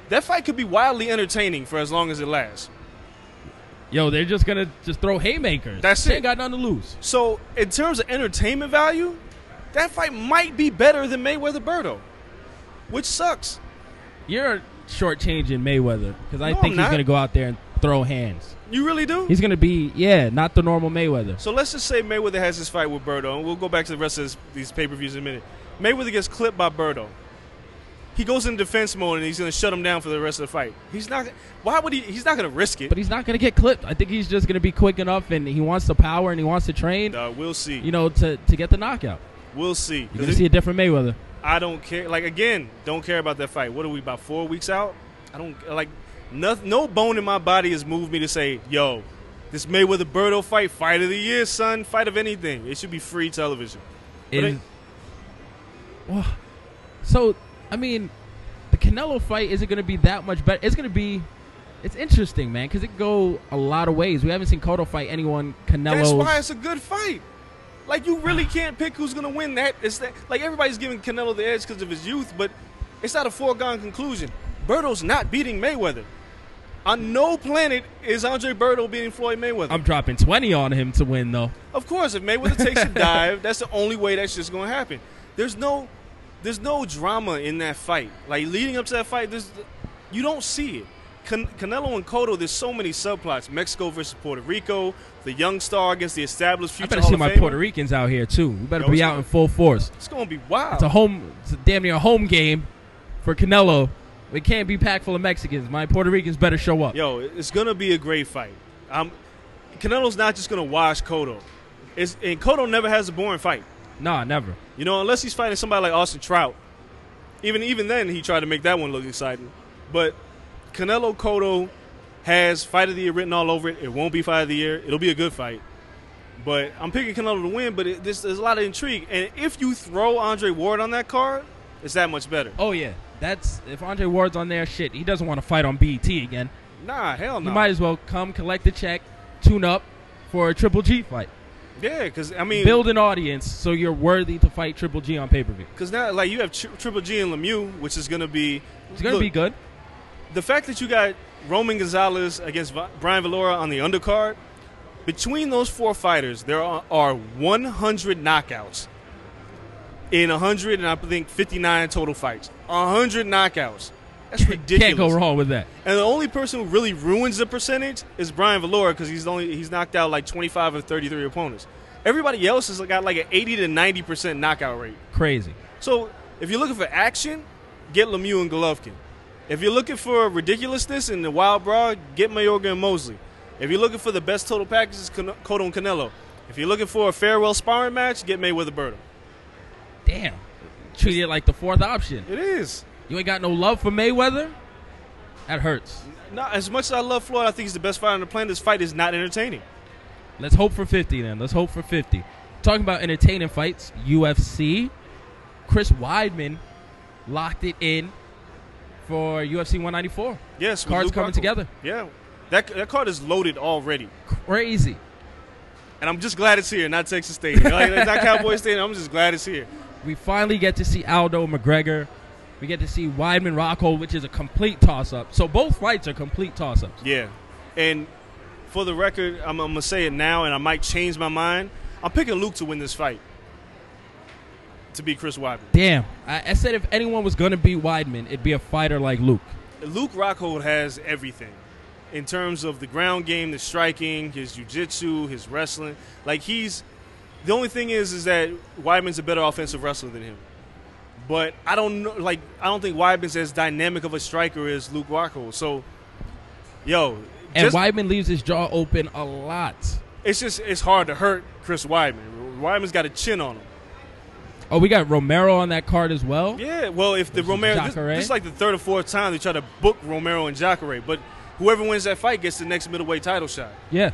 That fight could be wildly entertaining for as long as it lasts.
Yo, they're just gonna just throw haymakers.
That's
They
it.
Ain't got nothing to lose.
So in terms of entertainment value, that fight might be better than Mayweather Berto, which sucks.
You're shortchanging Mayweather because I
No, I'm
think he's
not.
gonna go out there and throw hands.
You really do.
He's gonna be yeah, not the normal Mayweather.
so let's just say Mayweather has his fight with Berto, and we'll go back to the rest of this, these pay-per-views in a minute. Mayweather gets clipped by Berto. He goes in defense mode and he's going to shut him down for the rest of the fight. He's not. Why would he? He's not going to risk it.
But he's not gonna get clipped. I think he's just gonna be quick enough, and he wants the power, and he wants to train.
Uh, we'll see.
You know, to to get the knockout.
we'll see.
You're gonna see a different Mayweather.
I don't care. Like again, don't care about that fight. What are we about four weeks out? I don't like. No, no bone in my body has moved me to say, "Yo, this Mayweather Berto fight, fight of the year, son, fight of anything. It should be free television." But
Is- Wha- so I mean, the Canelo fight isn't going to be that much better. It's going to be, it's interesting, man, because it can go a lot of ways. We haven't seen Cotto fight anyone
That's why
Canelo.
it's a good fight. Like you really can't pick who's gonna win. That it's that like everybody's giving Canelo the edge because of his youth, but it's not a foregone conclusion. Berto's not beating Mayweather. On no planet is Andre Berto beating Floyd Mayweather.
I'm dropping twenty on him to win, though.
Of course, if Mayweather takes a dive, that's the only way that's just gonna happen. There's no, there's no drama in that fight. Like leading up to that fight, there's, you don't see it. Can- Canelo and Cotto, there's so many subplots. Mexico versus Puerto Rico, the young star against the established
I
future.
better
Hall
see
of
my
Famer.
Puerto Ricans out here too. We better
Yo,
be
it's
out
good.
in full force.
It's gonna be wild.
It's a home, it's a damn near home game for Canelo. We can't be packed full of Mexicans. My Puerto Ricans better show up.
Yo, it's gonna be a great fight. Um, Canelo's not just gonna wash Cotto. It's and Cotto never has a boring fight.
Nah, never.
You know, unless he's fighting somebody like Austin Trout. Even even then, he tried to make that one look exciting. But Canelo Cotto has fight of the year written all over it. It won't be fight of the year. It'll be a good fight. But I'm picking Canelo to win. But it, this, there's a lot of intrigue. And if you throw Andre Ward on that card, it's that much better.
Oh yeah, that's if Andre Ward's on there, shit, he doesn't want to fight on BET again.
Nah, hell
He
no.
might as well come collect the check, tune up for a Triple G fight.
yeah, because I mean,
Build an audience so you're worthy to fight Triple G on pay per view.
because now like you have Tri- Triple G and Lemieux, which is gonna be
It's gonna
look,
be good.
the fact that you got Roman Gonzalez against Vi- Brian Valora on the undercard, between those four fighters, there are, are 100 knockouts in 100 and I think 59 total fights. 100 knockouts. That's ridiculous.
Can't go wrong with that.
And the only person who really ruins the percentage is Brian Valora because he's the only he's knocked out like 25 or 33 opponents. Everybody else has got like an 80 to 90 percent knockout rate.
Crazy.
So if you're looking for action, get Lemieux and Golovkin. If you're looking for ridiculousness and the wild brawl, get Mayorga and Mosley. If you're looking for the best total packages, Can- Cotto and Canelo. If you're looking for a farewell sparring match, get Mayweather Berto.
Damn. Treat it like the fourth option.
It is.
You ain't got no love for Mayweather. That hurts.
Not, as much as I love Floyd, I think he's the best fighter on the planet. This fight is not entertaining.
Let's hope for 50 then. Let's hope for 50. Talking about entertaining fights, UFC. Chris Weidman locked it in for UFC 194.
Yes, with
Cards
Luke
coming
Rockhold.
together.
Yeah, that that card is loaded already.
Crazy.
And I'm just glad it's here, not Texas Stadium. Like, it's not Cowboy Stadium. I'm just glad it's here.
We finally get to see Aldo McGregor. We get to see Weidman Rockhold, which is a complete toss up. So both fights are complete toss ups.
Yeah. And for the record, I'm, I'm going to say it now, and I might change my mind. I'm picking Luke to win this fight to be Chris Weidman.
Damn. I, I said if anyone was going to be Weidman, it'd be a fighter like Luke.
Luke Rockhold has everything in terms of the ground game, the striking, his jiu-jitsu, his wrestling. Like he's the only thing is is that Weidman's a better offensive wrestler than him. But I don't know like I don't think Weidman's as dynamic of a striker as Luke Rockhold. So yo,
And
just-
Weidman leaves his jaw open a lot.
it's just it's hard to hurt Chris Weidman. Weidman's got a chin on him.
Oh, we got Romero on that card as well.
Yeah, well, if the
Versus
Romero, this,
Jacare.
this is like the third or fourth time they try to book Romero and Jacare, but whoever wins that fight gets the next middleweight title shot.
Yeah.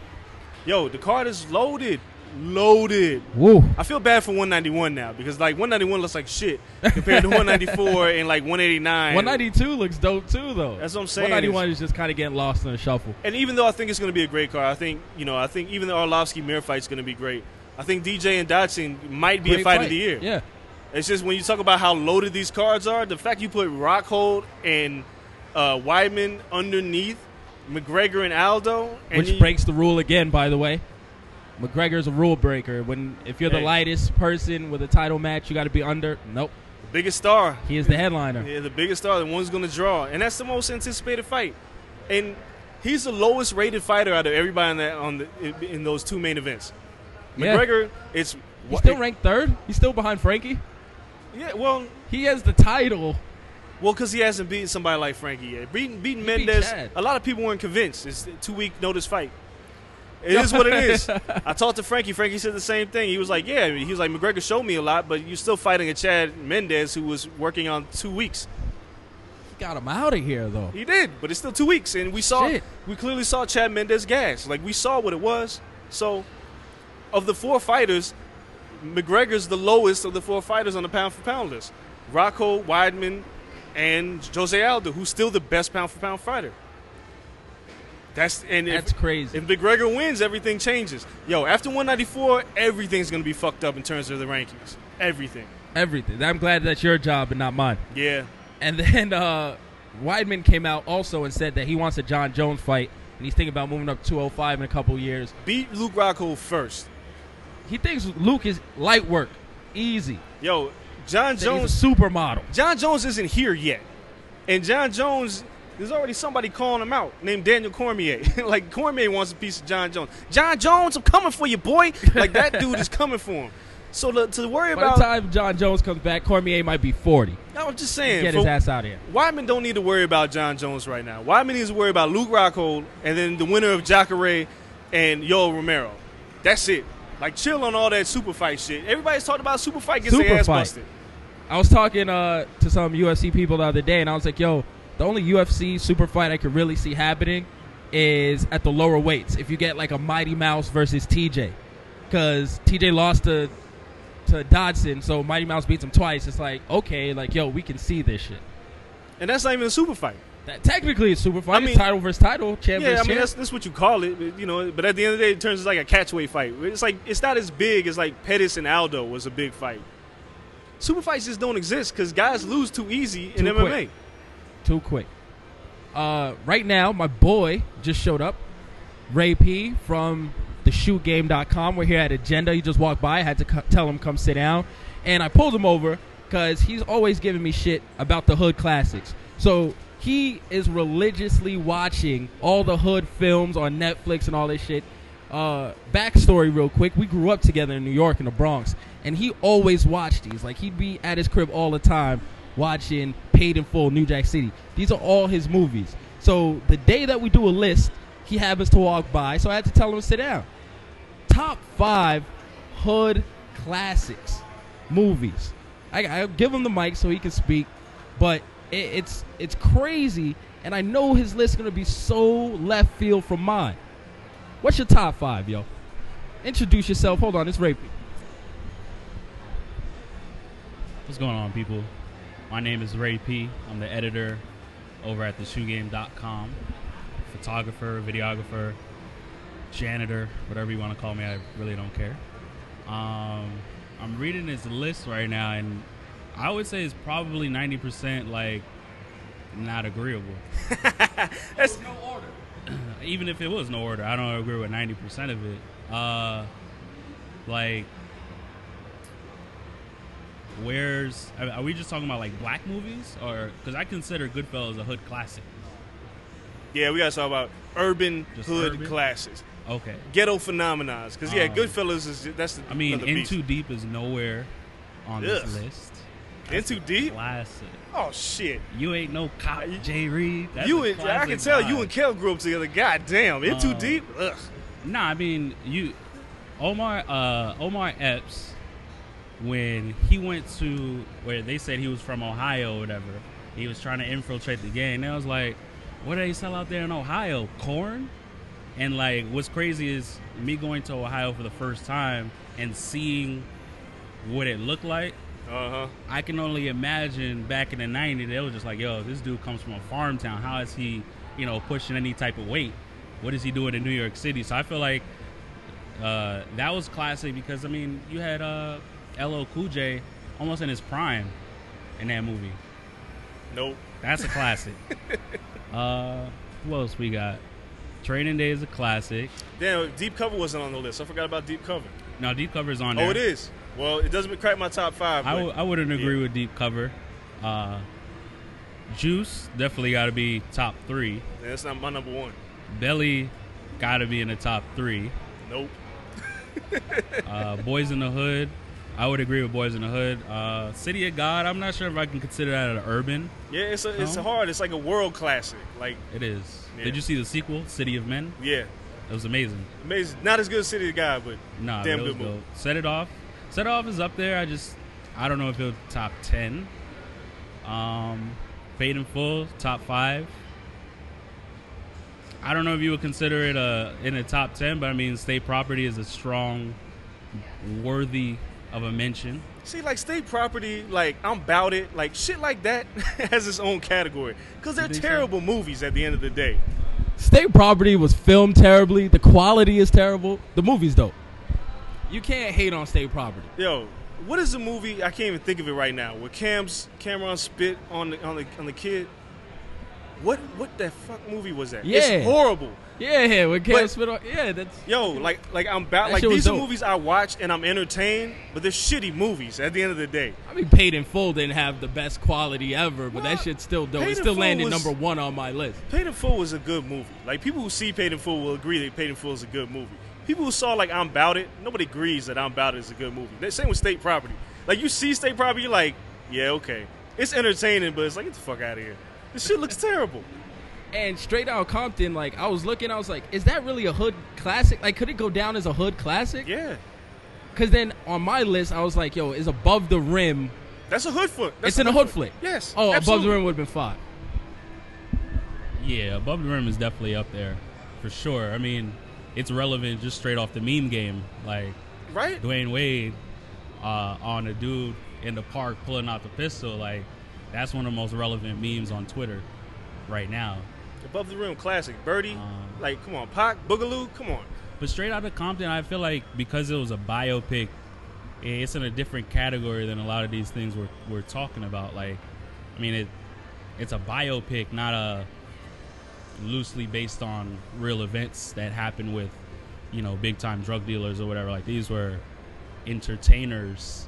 Yo, the card is loaded, loaded.
Woo.
I feel bad for 191 now because like 191 looks like shit compared to 194 and like 189.
192 looks dope too, though.
That's what I'm saying.
191 is just kind of getting lost in the shuffle.
And even though I think it's going to be a great card, I think you know I think even the Arlovsky Mir fight's going to be great. I think DJ and Dotson might be a
Great
fight, of the year.
Yeah.
It's just when you talk about how loaded these cards are, the fact you put Rockhold and uh, Weidman underneath McGregor and Aldo, and
Which
you-
breaks the rule again, by the way. McGregor's a rule breaker. When if you're the
Hey.
lightest person with a title match, you got to be under. Nope,
the biggest star
he is the headliner.
Yeah, the biggest star, the one's going to draw, and that's the most anticipated fight. And he's the lowest rated fighter out of everybody in that on the, in those two main events.
Yeah.
McGregor, it's
He's still ranked third. He's still behind Frankie.
Yeah, well,
He has the title.
well, because he hasn't beaten somebody like Frankie yet. Beating beating
beat
Mendez,
Chad.
a lot of people weren't convinced. It's a two week notice fight. It is what it is. I talked to Frankie. Frankie said the same thing. He was like, "Yeah, he was like McGregor showed me a lot, but you're still fighting a Chad Mendez who was working on two weeks."
He got him out of here though.
He did, but it's still two weeks, and we saw
Shit.
we clearly saw Chad Mendez gas. Like we saw what it was. So, of the four fighters, McGregor's the lowest of the four fighters on the pound for pound list. Rocco Weidman and Jose Aldo, who's still the best pound for pound fighter. That's and if-
That's crazy.
If McGregor wins, everything changes. Yo, after 194, everything's gonna be fucked up in terms of the rankings. Everything.
Everything. I'm glad that's your job and not mine.
Yeah.
And then uh, Weidman came out also and said that he wants a John Jones fight, and he's thinking about moving up 205 in a couple years.
Beat Luke Rockhold first.
He thinks Luke is light work, easy.
Yo, John Jones
Jones supermodel.
John Jones isn't here yet. And John Jones, there's already somebody calling him out named Daniel Cormier. like, Cormier wants a piece of John Jones. John Jones, I'm coming for you, boy. Like, that dude is coming for him. So, to, to worry
By
about.
the time John Jones comes back, Cormier might be 40.
I'm just saying.
Get
for-
his ass out of here.
Wyman don't need to worry about John Jones right now. Wyman needs to worry about Luke Rockhold and then the winner of Jacare and Yo Romero. That's it. Like, chill on all that super fight shit. Everybody's talking about super fight gets
Super
their ass
fight.
busted.
I was talking uh, to some UFC people the other day, and I was like, yo, the only UFC super fight I could really see happening is at the lower weights. If you get like a Mighty Mouse versus TJ, because TJ lost to to Dodson, so Mighty Mouse beats him twice. It's like, okay, like yo, we can see this shit.
And that's not even a super fight.
That technically is super fight.
I mean-
it's title versus title, champ
Yeah, I
versus
mean
champ.
that's, that's what you call it, but, you know. But at the end of the day, it turns into like a catchway fight. It's like it's not as big as like Pettis and Aldo was a big fight. Super fights just don't exist because guys lose too easy in
Too
MMA.
quick. too quick. Uh, right now, my boy just showed up, Ray P from theshootgame.com. We're here at Agenda. He just walked by. I had to co- tell him come sit down, and I pulled him over because he's always giving me shit about the hood classics. So he is religiously watching all the hood films on Netflix and all this shit. Uh, backstory, real quick. We grew up together in New York in the Bronx, and he always watched these. Like he'd be at his crib all the time watching Paid in Full, New Jack City. These are all his movies. So the day that we do a list, he happens to walk by, so I had to tell him to sit down. Top five hood classics movies. I, I'll give him the mic so he can speak, but it, it's it's crazy, and I know his list is gonna be so left field from mine. What's your top five, yo? Introduce yourself. Hold on, it's rapey.
What's going on, people? My name is Ray P. I'm the editor over at theshoegame.com, photographer, videographer, janitor, whatever you want to call me. I really don't care. Um, I'm reading his list right now, and I would say it's probably 90% like not agreeable.
That's-
Even if it was no order, I don't agree with 90% of it. Uh, like, where's. Are are we just talking about like black movies? Or. Because I consider Goodfellas a hood classic.
Yeah, we gotta talk about urban
Just
hood
urban?
classes,
Okay.
ghetto phenomenons. Because yeah,
Um,
Goodfellas is that's the
I mean,
another
In
beast.
Too Deep is nowhere on
Ugh.
this list.
In Too Deep.
Classic.
Oh shit!
You ain't no cop, Jay Reed. That's
you
a
and I
classic
can tell you
vibe.
and Kel grew up together. God damn, In Too
Um,
Deep. Ugh.
Nah, I mean you, Omar. Uh, Omar Epps, when he went to where they said he was from Ohio, or whatever, he was trying to infiltrate the gang. And I was like, what do they sell out there in Ohio? Corn. And like, what's crazy is me going to Ohio for the first time and seeing what it looked like.
Uh huh.
I can only imagine back in the 90s, they were just like, yo, this dude comes from a farm town. How is he, you know, pushing any type of weight? What is he doing in New York City? So I feel like uh, that was classic because, I mean, you had uh, LL Cool J almost in his prime in that movie.
Nope.
That's a classic. uh, who else we got? Training Day is a classic.
Damn, Deep Cover wasn't on the list. I forgot about Deep Cover.
Now, Deep Cover's on there.
Oh, it is. Well, it doesn't crack my top five.
I,
but-
w- I wouldn't agree
Yeah.
with deep cover. Uh, Juice definitely got to be top three.
Yeah, that's not my number one.
Belly got to be in the top three.
Nope.
Uh, Boys in the Hood, I would agree with Boys in the Hood. Uh, City of God, I'm not sure if I can consider that an urban.
Yeah, it's a, it's
No?
hard. It's like a world classic. Like,
It is.
Yeah.
Did you see the sequel, City of Men?
yeah,
It was amazing.
amazing. Not as good as City of God, but
Nah,
damn
that was
good movie.
dope. Set it off. Set it off is up there. I just I don't know if it'll top ten. Um, Fade in Full top five. I don't know if you would consider it a in the top ten, but I mean, State Property is a strong, worthy of a mention.
See, like state property, like I'm about it, like shit like that has its own category because they're
think so?
terrible movies at the end of the day.
State Property was filmed terribly. The quality is terrible. The movie's dope. You can't hate on State Property.
Yo, what is the movie? I can't even think of it right now. Where Cam's Cameron spit on the on the on the kid. What what the fuck movie was that?
Yeah.
it's horrible.
Yeah, yeah, with Cam
But-
Spit on. Yeah, that's
Yo, like like I'm about
That
like
shit was
these are
dope.
movies I watch and I'm entertained, but they're shitty movies at the end of the day.
I mean, Paid in Full didn't have the best quality ever, but that shit's still dope.
Paid in
It still
Full
landed
was-
number one on my list.
Paid in Full was a good movie. Like people who see Paid in Full will agree that Paid in Full is a good movie. People who saw like I'm About It, nobody agrees that I'm About It is a good movie. The same with State Property. Like you see State Property, you're like, yeah, okay, it's entertaining, but it's like get the fuck out of here. This shit looks terrible.
And straight out Compton, like I was looking, I was like, is that really a hood classic? Like, could it go down as a hood classic?
Yeah,
Because then on my list, I was like, yo, is Above the Rim?
that's a hood flick. That's
it's in a hood flick.
Yes.
Oh, Above
absolutely.
the Rim would have been five.
Yeah, Above the Rim is definitely up there for sure. I mean, it's relevant just straight off the meme game, like.
right?
Dwayne Wade uh, on a dude in the park pulling out the pistol, like that's one of the most relevant memes on Twitter right now.
Above the Rim, classic. Birdie,
Um,
like come on, Pac, Boogaloo, come on.
But straight out of Compton, I feel like because it was a biopic, i- it's in a different category than a lot of these things we're we're talking about. Like, I mean, it it's a biopic, not a loosely based on real events that happened with you know big time drug dealers or whatever. Like these were entertainers,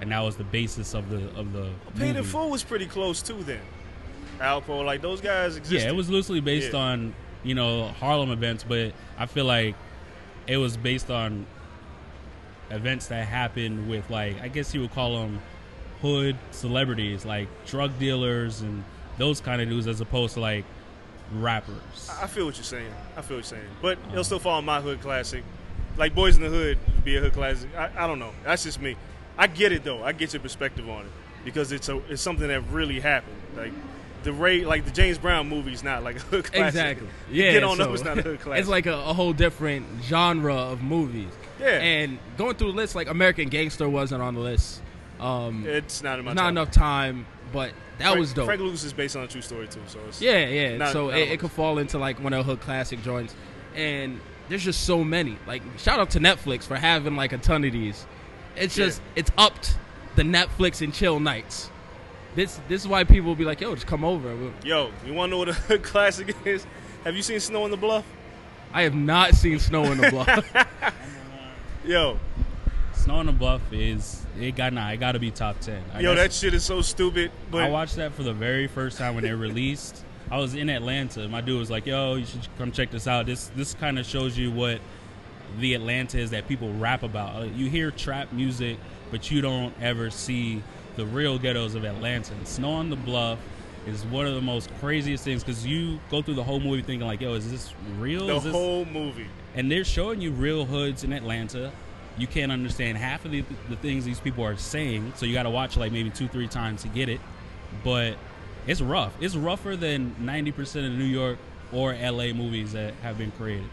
and that was the basis of the of the
Paid in
movie.
Full was pretty close too. Then Alpo, like those guys existed.
Yeah, it was loosely based
Yeah.
on you know Harlem events, but I feel like it was based on events that happened with like I guess you would call them hood celebrities, like drug dealers and those kind of dudes, as opposed to like rappers.
I feel what you're saying. I feel what you're saying. But it'll still fall in my hood classic. Like Boys in the Hood would be a hood classic. I, I don't know. That's just me. I get it though. I get your perspective on it because it's a it's something that really happened. Like the Ray, like the James Brown movie is not like a hood classic.
Exactly.
You
Yeah.
get on
so
up. It's not a hood classic.
It's like a, a whole different genre of movies.
Yeah.
And going through the list, like American Gangster wasn't on the list. Um,
it's not in my
not
top.
enough time, but that
Frank-
was dope.
Frank Lucas is based on a true story too. So it's,
yeah, yeah.
Not-
so
not
it,
on
it could
the-
fall into like one of her classic joints. And there's just so many. Like shout out to Netflix for having like a ton of these. It's just it's upped the Netflix and chill nights. This this is why people will be like, yo, just come over. We'll-
Yo, you want to know what a classic is? Have you seen Snow on the Bluff?
I have not seen snow in the block.
Yo,
Snow on the Bluff is it got nah, it got to be top ten. I
yo,
guess-
that shit is so stupid. But
I watched that for the very first time when it released. I was in Atlanta. My dude was like, "Yo, you should come check this out. This this kind of shows you what the Atlanta is that people rap about. Uh, You hear trap music, but you don't ever see the real ghettos of Atlanta. And Snow on the Bluff is one of the most craziest things because you go through the whole movie thinking like, "Yo, is this real?
the
is this
whole movie.
and they're showing you real hoods in Atlanta. You can't understand half of the, the things these people are saying, so you got to watch like maybe two, three times to get it. But it's rough. It's rougher than ninety percent of New York or LA movies that have been created.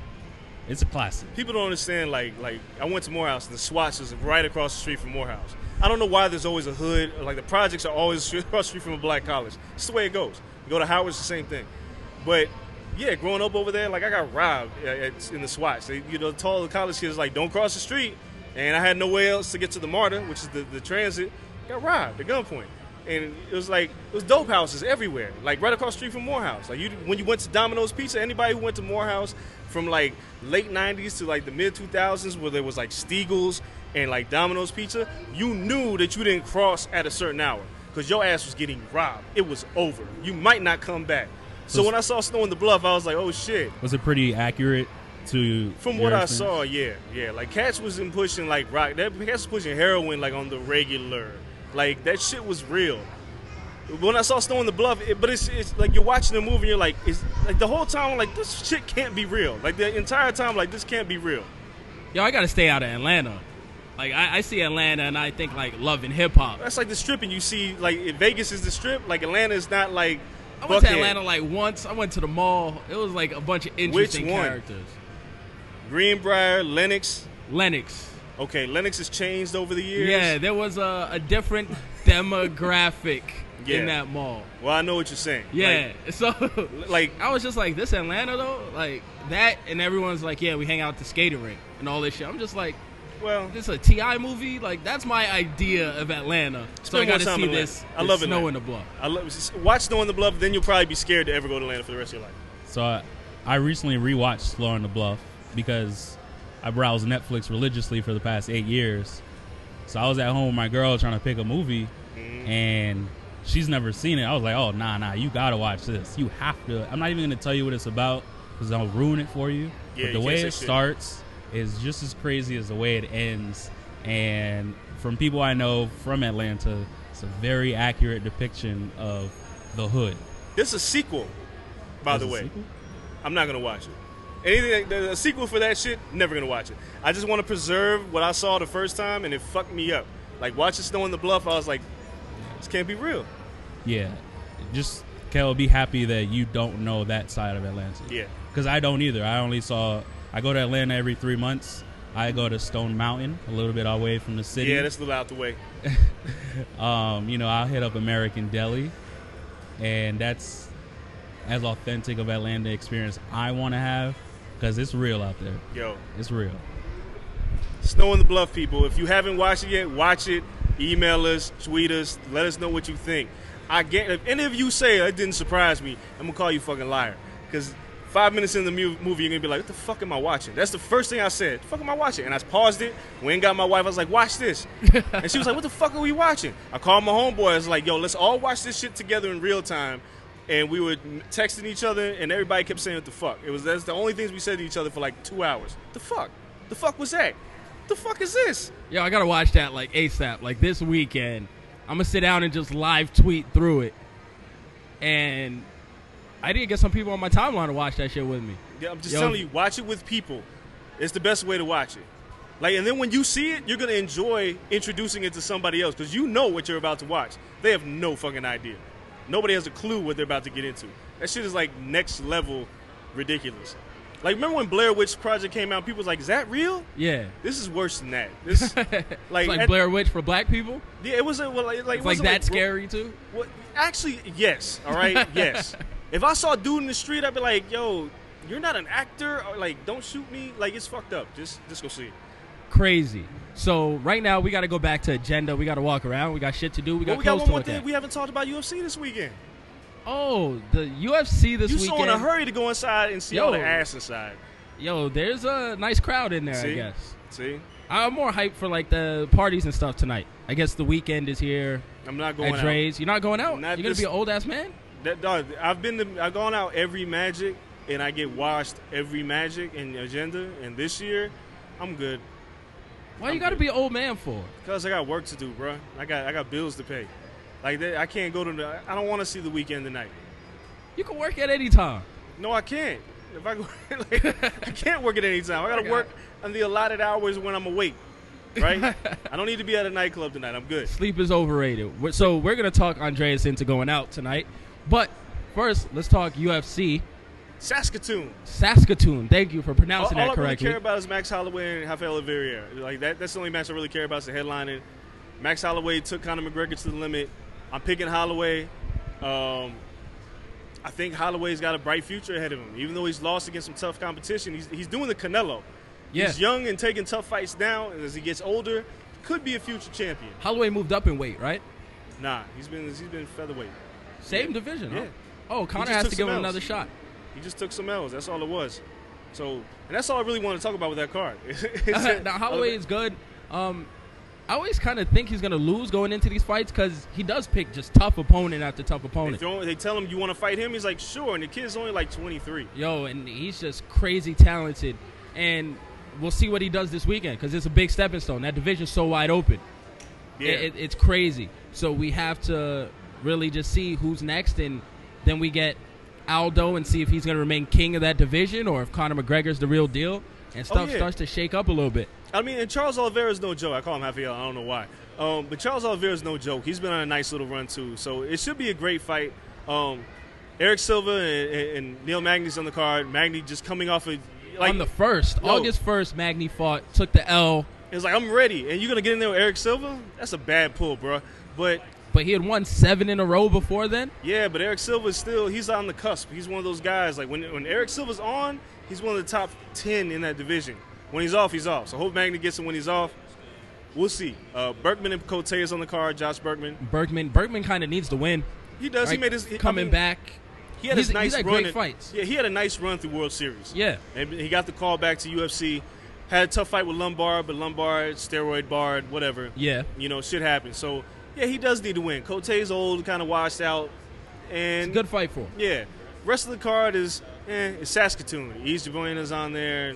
It's a classic.
People don't understand. Like, like I went to Morehouse, and the Swatch is right across the street from Morehouse. I don't know why there's always a hood. Like the projects are always across the street from a black college. It's the way it goes. You go to Howard's, the same thing. But yeah, growing up over there, like I got robbed uh, at, in the Swatch. They, you know, told the college kids like, don't cross the street, and I had nowhere else to get to the Martyr, which is the, the transit. Got robbed at gunpoint. and it was like it was dope houses everywhere, like right across the street from Morehouse. Like you, when you went to Domino's Pizza, anybody who went to Morehouse from like late '90s to like the mid 2000s, where there was like Steagles and like Domino's Pizza, you knew that you didn't cross at a certain hour because your ass was getting robbed. It was over. You might not come back. So when I saw Snow in the Bluff, I was like, oh shit.
Was it pretty accurate to
From
your
what I
experience?
saw, yeah, yeah. Like Cats wasn't pushing like rock. That Cats was pushing heroin like on the regular. Like that shit was real. When I saw Snow in the Bluff, it, but it's, it's like you're watching the movie and you're like, it's like the whole time I'm like this shit can't be real. Like the entire time, like this can't be real.
Yo, I gotta stay out of Atlanta. Like I, I see Atlanta and I think like love and hip hop.
That's like the strip, and you see like if Vegas is the strip. Like Atlanta is not like.
I went to
Buckhead.
Atlanta like once. I went to the mall. It was like a bunch of interesting
one?
characters.
Greenbrier, Lennox.
Lennox.
Okay, Lennox has changed over the years.
Yeah, there was a, a different demographic
Yeah.
in that mall.
Well, I know what you're saying.
Yeah. so
Like, like
I was just like, this Atlanta though, like that, and everyone's like, yeah, we hang out at the skating rink and all this shit. I'm just like,
well,
this is a Ti movie. Like that's my idea of Atlanta. so I
Spend more
gotta
time
see
in Atlanta.
this.
I
this
love
snow
Atlanta.
in the block.
I love, watch Snow in the Bluff, then you'll probably be scared to ever go to Atlanta for the rest of your life.
So I, I recently rewatched Slow on the Bluff because I browse Netflix religiously for the past eight years. So I was at home with my girl trying to pick a movie,
Mm-hmm.
and she's never seen it. I was like, "Oh, nah, nah, you gotta watch this. You have to." I'm not even gonna tell you what it's about because I'll ruin it for you.
Yeah,
but
you
the
can't
way
say
it
shit.
starts is just as crazy as the way it ends, and from people I know from Atlanta, it's a very accurate depiction of the hood.
There's a sequel, by
There's
the
a
way.
sequel?
I'm not gonna watch it. Anything that- a sequel for that shit, never gonna watch it. I just want to preserve what I saw the first time, and it fucked me up. Like watching Snow in the Bluff, I was like, this can't be real.
Yeah, just Kel, be happy that you don't know that side of Atlanta.
Yeah.
because I don't either. I only saw. I go to Atlanta every three months. I go to Stone Mountain, a little bit away from the city.
Yeah, that's a little out the way.
um, you know, I'll hit up American Deli, and that's as authentic of Atlanta experience I want to have because it's real out there.
Yo,
It's real.
Snow in the Bluff, people. If you haven't watched it yet, watch it. Email us, tweet us, let us know what you think. I get if any of you say it didn't surprise me, I'm gonna call you fucking liar. Cause five minutes in the mu- movie, you're gonna be like, "What the fuck am I watching?" That's the first thing I said. fuck am I watching? And I paused it. Went and got my wife. I was like, "Watch this," and she was like, "What the fuck are we watching?" I called my homeboy. I was like, "Yo, let's all watch this shit together in real time." And we were texting each other, and everybody kept saying, "What the fuck?" It was that's the only things we said to each other for like two hours. The fuck? The fuck was that? The fuck is this?
Yo, I gotta watch that like ASAP, like this weekend. I'm gonna sit down and just live tweet through it. And I did get some people on my timeline to watch that shit with me.
Yeah, I'm just
Yo.
telling you, watch it with people. It's the best way to watch it. Like, and then when you see it, you're gonna enjoy introducing it to somebody else because you know what you're about to watch. They have no fucking idea. Nobody has a clue what they're about to get into. That shit is like next level ridiculous. Like, remember when Blair Witch Project came out? People was like, "Is that real?
Yeah.
This is worse than that." This, like,
It's like
at-
Blair Witch for black people.
Yeah, it wasn't well, like, like,
It's
it
like
wasn't,
that scary too.
Well, actually, yes. All right, yes. If I saw a dude in the street, I'd be like, "Yo, you're not an actor. Or, like, don't shoot me. Like, it's fucked up. Just, just go see it.
Crazy. So right now we got to go back to agenda. We got to walk around. We got shit to do. We got
But we got
clothes
one
to
more
look
thing
at.
we haven't talked about UFC this weekend.
oh, the UFC this
you
weekend.
so in a hurry to go inside and see all the
Yo.
ass inside.
Yo, there's a nice crowd in there. I
See?
guess.
See,
I'm more hyped for like
Uh,
the parties and stuff tonight. I guess the weekend is here
I'm not going
at
out.
Dre's. You're not going out.
Not
You're gonna
this-
be an old ass man.
That dog, I've been to, I've gone out every magic and I get washed every magic and agenda. And this year, I'm good
Why
I'm
you gotta
good.
be an old man for?
because I got work to do, bro. I got I got bills to pay. Like that, I can't go to the. I don't want to see the weekend tonight.
You can work at any time.
No, I can't. If I go, like, I can't work at any time. I got to work on the allotted hours when I'm awake. Right? I don't need to be at a nightclub tonight. I'm good.
Sleep is overrated. We're- So we're gonna talk Andreas into going out tonight, but first let's talk UFC.
Saskatoon.
Saskatoon. Thank you for
All,
pronouncing
all I
that
really
correctly.
care about is Max Holloway and Rafael Oliveira. Like that. That's the only match I really care about. Is the headlining. Max Holloway took Conor McGregor to the limit. I'm picking Holloway. Um, I think Holloway's got a bright future ahead of him. Even though he's lost against some tough competition, he's, he's doing the Canelo.
Yeah.
He's young and taking tough fights now, and as he gets older, could be a future champion.
Holloway moved up in weight, right?
Nah, he's been he's been featherweight.
Same division. huh?
Yeah.
Oh, Connor
just
has
took
to give
some
him
Ls.
another shot.
He just took some L's. That's all it was. So, and that's all I really wanted to talk about with that card.
now Holloway is good. Um, I always kind of think he's gonna lose going into these fights because he does pick just tough opponent after tough
They,
opponent.
throw- they tell him you want to fight him. He's like, sure. And the kid's only like 23.
Yo, and he's just crazy talented, and we'll see what he does this weekend because it's a big stepping stone. That division's so wide open.
Yeah.
It, it, it's crazy. So we have to really just see who's next, and then we get Aldo and see if he's going to remain king of that division or if Conor McGregor's the real deal, and
Oh,
stuff
yeah.
starts to shake up a little bit.
I mean, and Charles Oliveira's no joke. I call him Rafael. I don't know why. Um, but Charles Oliveira's no joke. He's been on a nice little run too. So it should be a great fight. Um, Eric Silva and, and- and Neil Magny's on the card. Magny just coming off of like
On the first,
Yo.
August first, Magny fought, took the L,
It's like I'm ready, and you're gonna get in there with Eric Silva. That's a bad pull, bro. But
but he had won seven in a row before then.
yeah, but Eric Silva's still he's on the cusp. He's one of those guys. Like when when Eric Silva's on, he's one of the top ten in that division. When he's off, he's off. So hope Magny gets him when he's off. We'll see. Uh, Berkman and Cote is on the card. Josh Berkman.
Bergman, Bergman kind of needs to win.
He does.
right?
He made his
coming
I mean,
back.
He had
he's,
his nice
he's had
run.
great
in-
fights.
Yeah, he had a nice run through World Series.
Yeah.
and he got the call back to UFC. Had a tough fight with Lombard, but Lombard steroid barred, whatever.
Yeah.
you know, shit happens. So yeah, he does need to win. Cote's old, kind of washed out, and
It's a good fight for him.
Yeah, rest of the card is eh, it's Saskatoon. East Jaboyan is on there,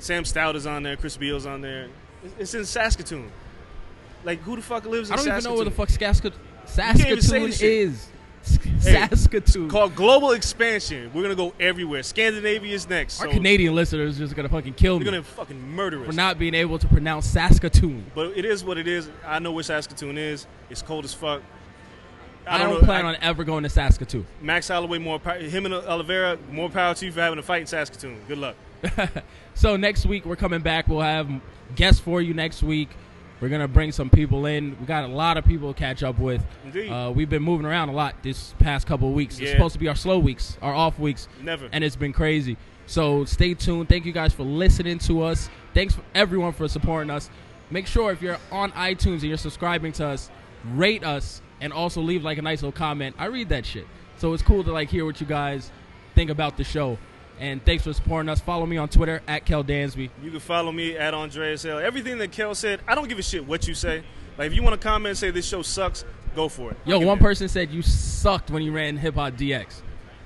Sam Stout is on there, Chris Beal's on there. It's- It's in Saskatoon. Like who the fuck lives in
I don't even know
Saskatoon?
where the fuck Saskatoon,
can't even
Saskatoon
say this shit.
is. Saskatoon.
Called global expansion. We're gonna go everywhere. Scandinavia is next.
Our
so
Canadian listeners just gonna fucking kill me
They're gonna fucking murder us.
for not being able to pronounce Saskatoon.
but it is what it is. I know where Saskatoon is. It's cold as fuck.
I don't,
know-
plan
I-
on ever going to Saskatoon.
Max Holloway more pow- him and Oliveira more power to you for having a fight in Saskatoon. Good luck.
So next week we're coming back. We'll have guests for you next week. We're gonna bring some people in. We got a lot of people to catch up with.
Indeed.
Uh, we've been moving around a lot this past couple of weeks. It's
Yeah.
supposed to be our slow weeks, our off weeks.
Never.
And it's been crazy. So stay tuned. Thank you guys for listening to us. Thanks for everyone for supporting us. Make sure if you're on iTunes and you're subscribing to us, rate us and also leave like a nice little comment. I read that shit. So it's cool to like hear what you guys think about the show. And thanks for supporting us. Follow me on Twitter at Kel Dansby.
You can follow me at Andreas L. Everything that Kel said, I don't give a shit what you say. Like if you want to comment and say this show sucks, go for it. I
Yo,
don't
one
give a-
person said you sucked when you ran Hip Hop DX.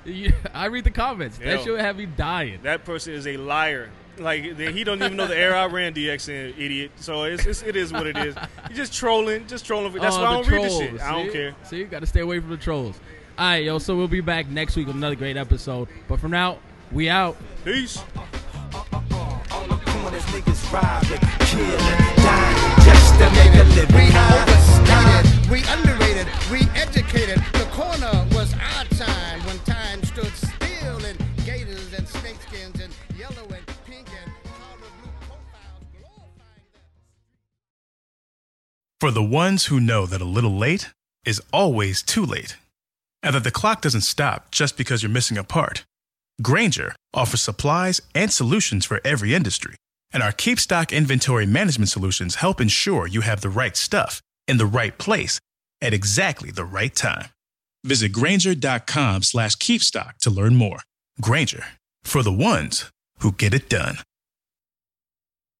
You- I read the comments.
Yo.
That should have me dying.
That person is a liar. Like then he don't even know the era I ran DX in, idiot. So it's, it's it is what it is. You just trolling, just trolling. That's
Oh,
why I
the
don't read this shit. I
see?
don't care.
See, you got to stay away from the trolls. All right, yo. So we'll be back next week with another great episode. But from now, we out.
Peace.
On the corners, niggas robbing, killing, dying, just to make a living.
We overstated, we underrated, we educated. The corner was our time when time stood still and gators and snakeskins and yellow and pink and powder blue profiles glorifying them.
For the ones who know that a little late is always too late, and that the clock doesn't stop just because you're missing a part, Granger offers supplies and solutions for every industry, and our KeepStock inventory management solutions help ensure you have the right stuff in the right place at exactly the right time. Visit Granger.com slash KeepStock to learn more. Granger, for the ones who get it done.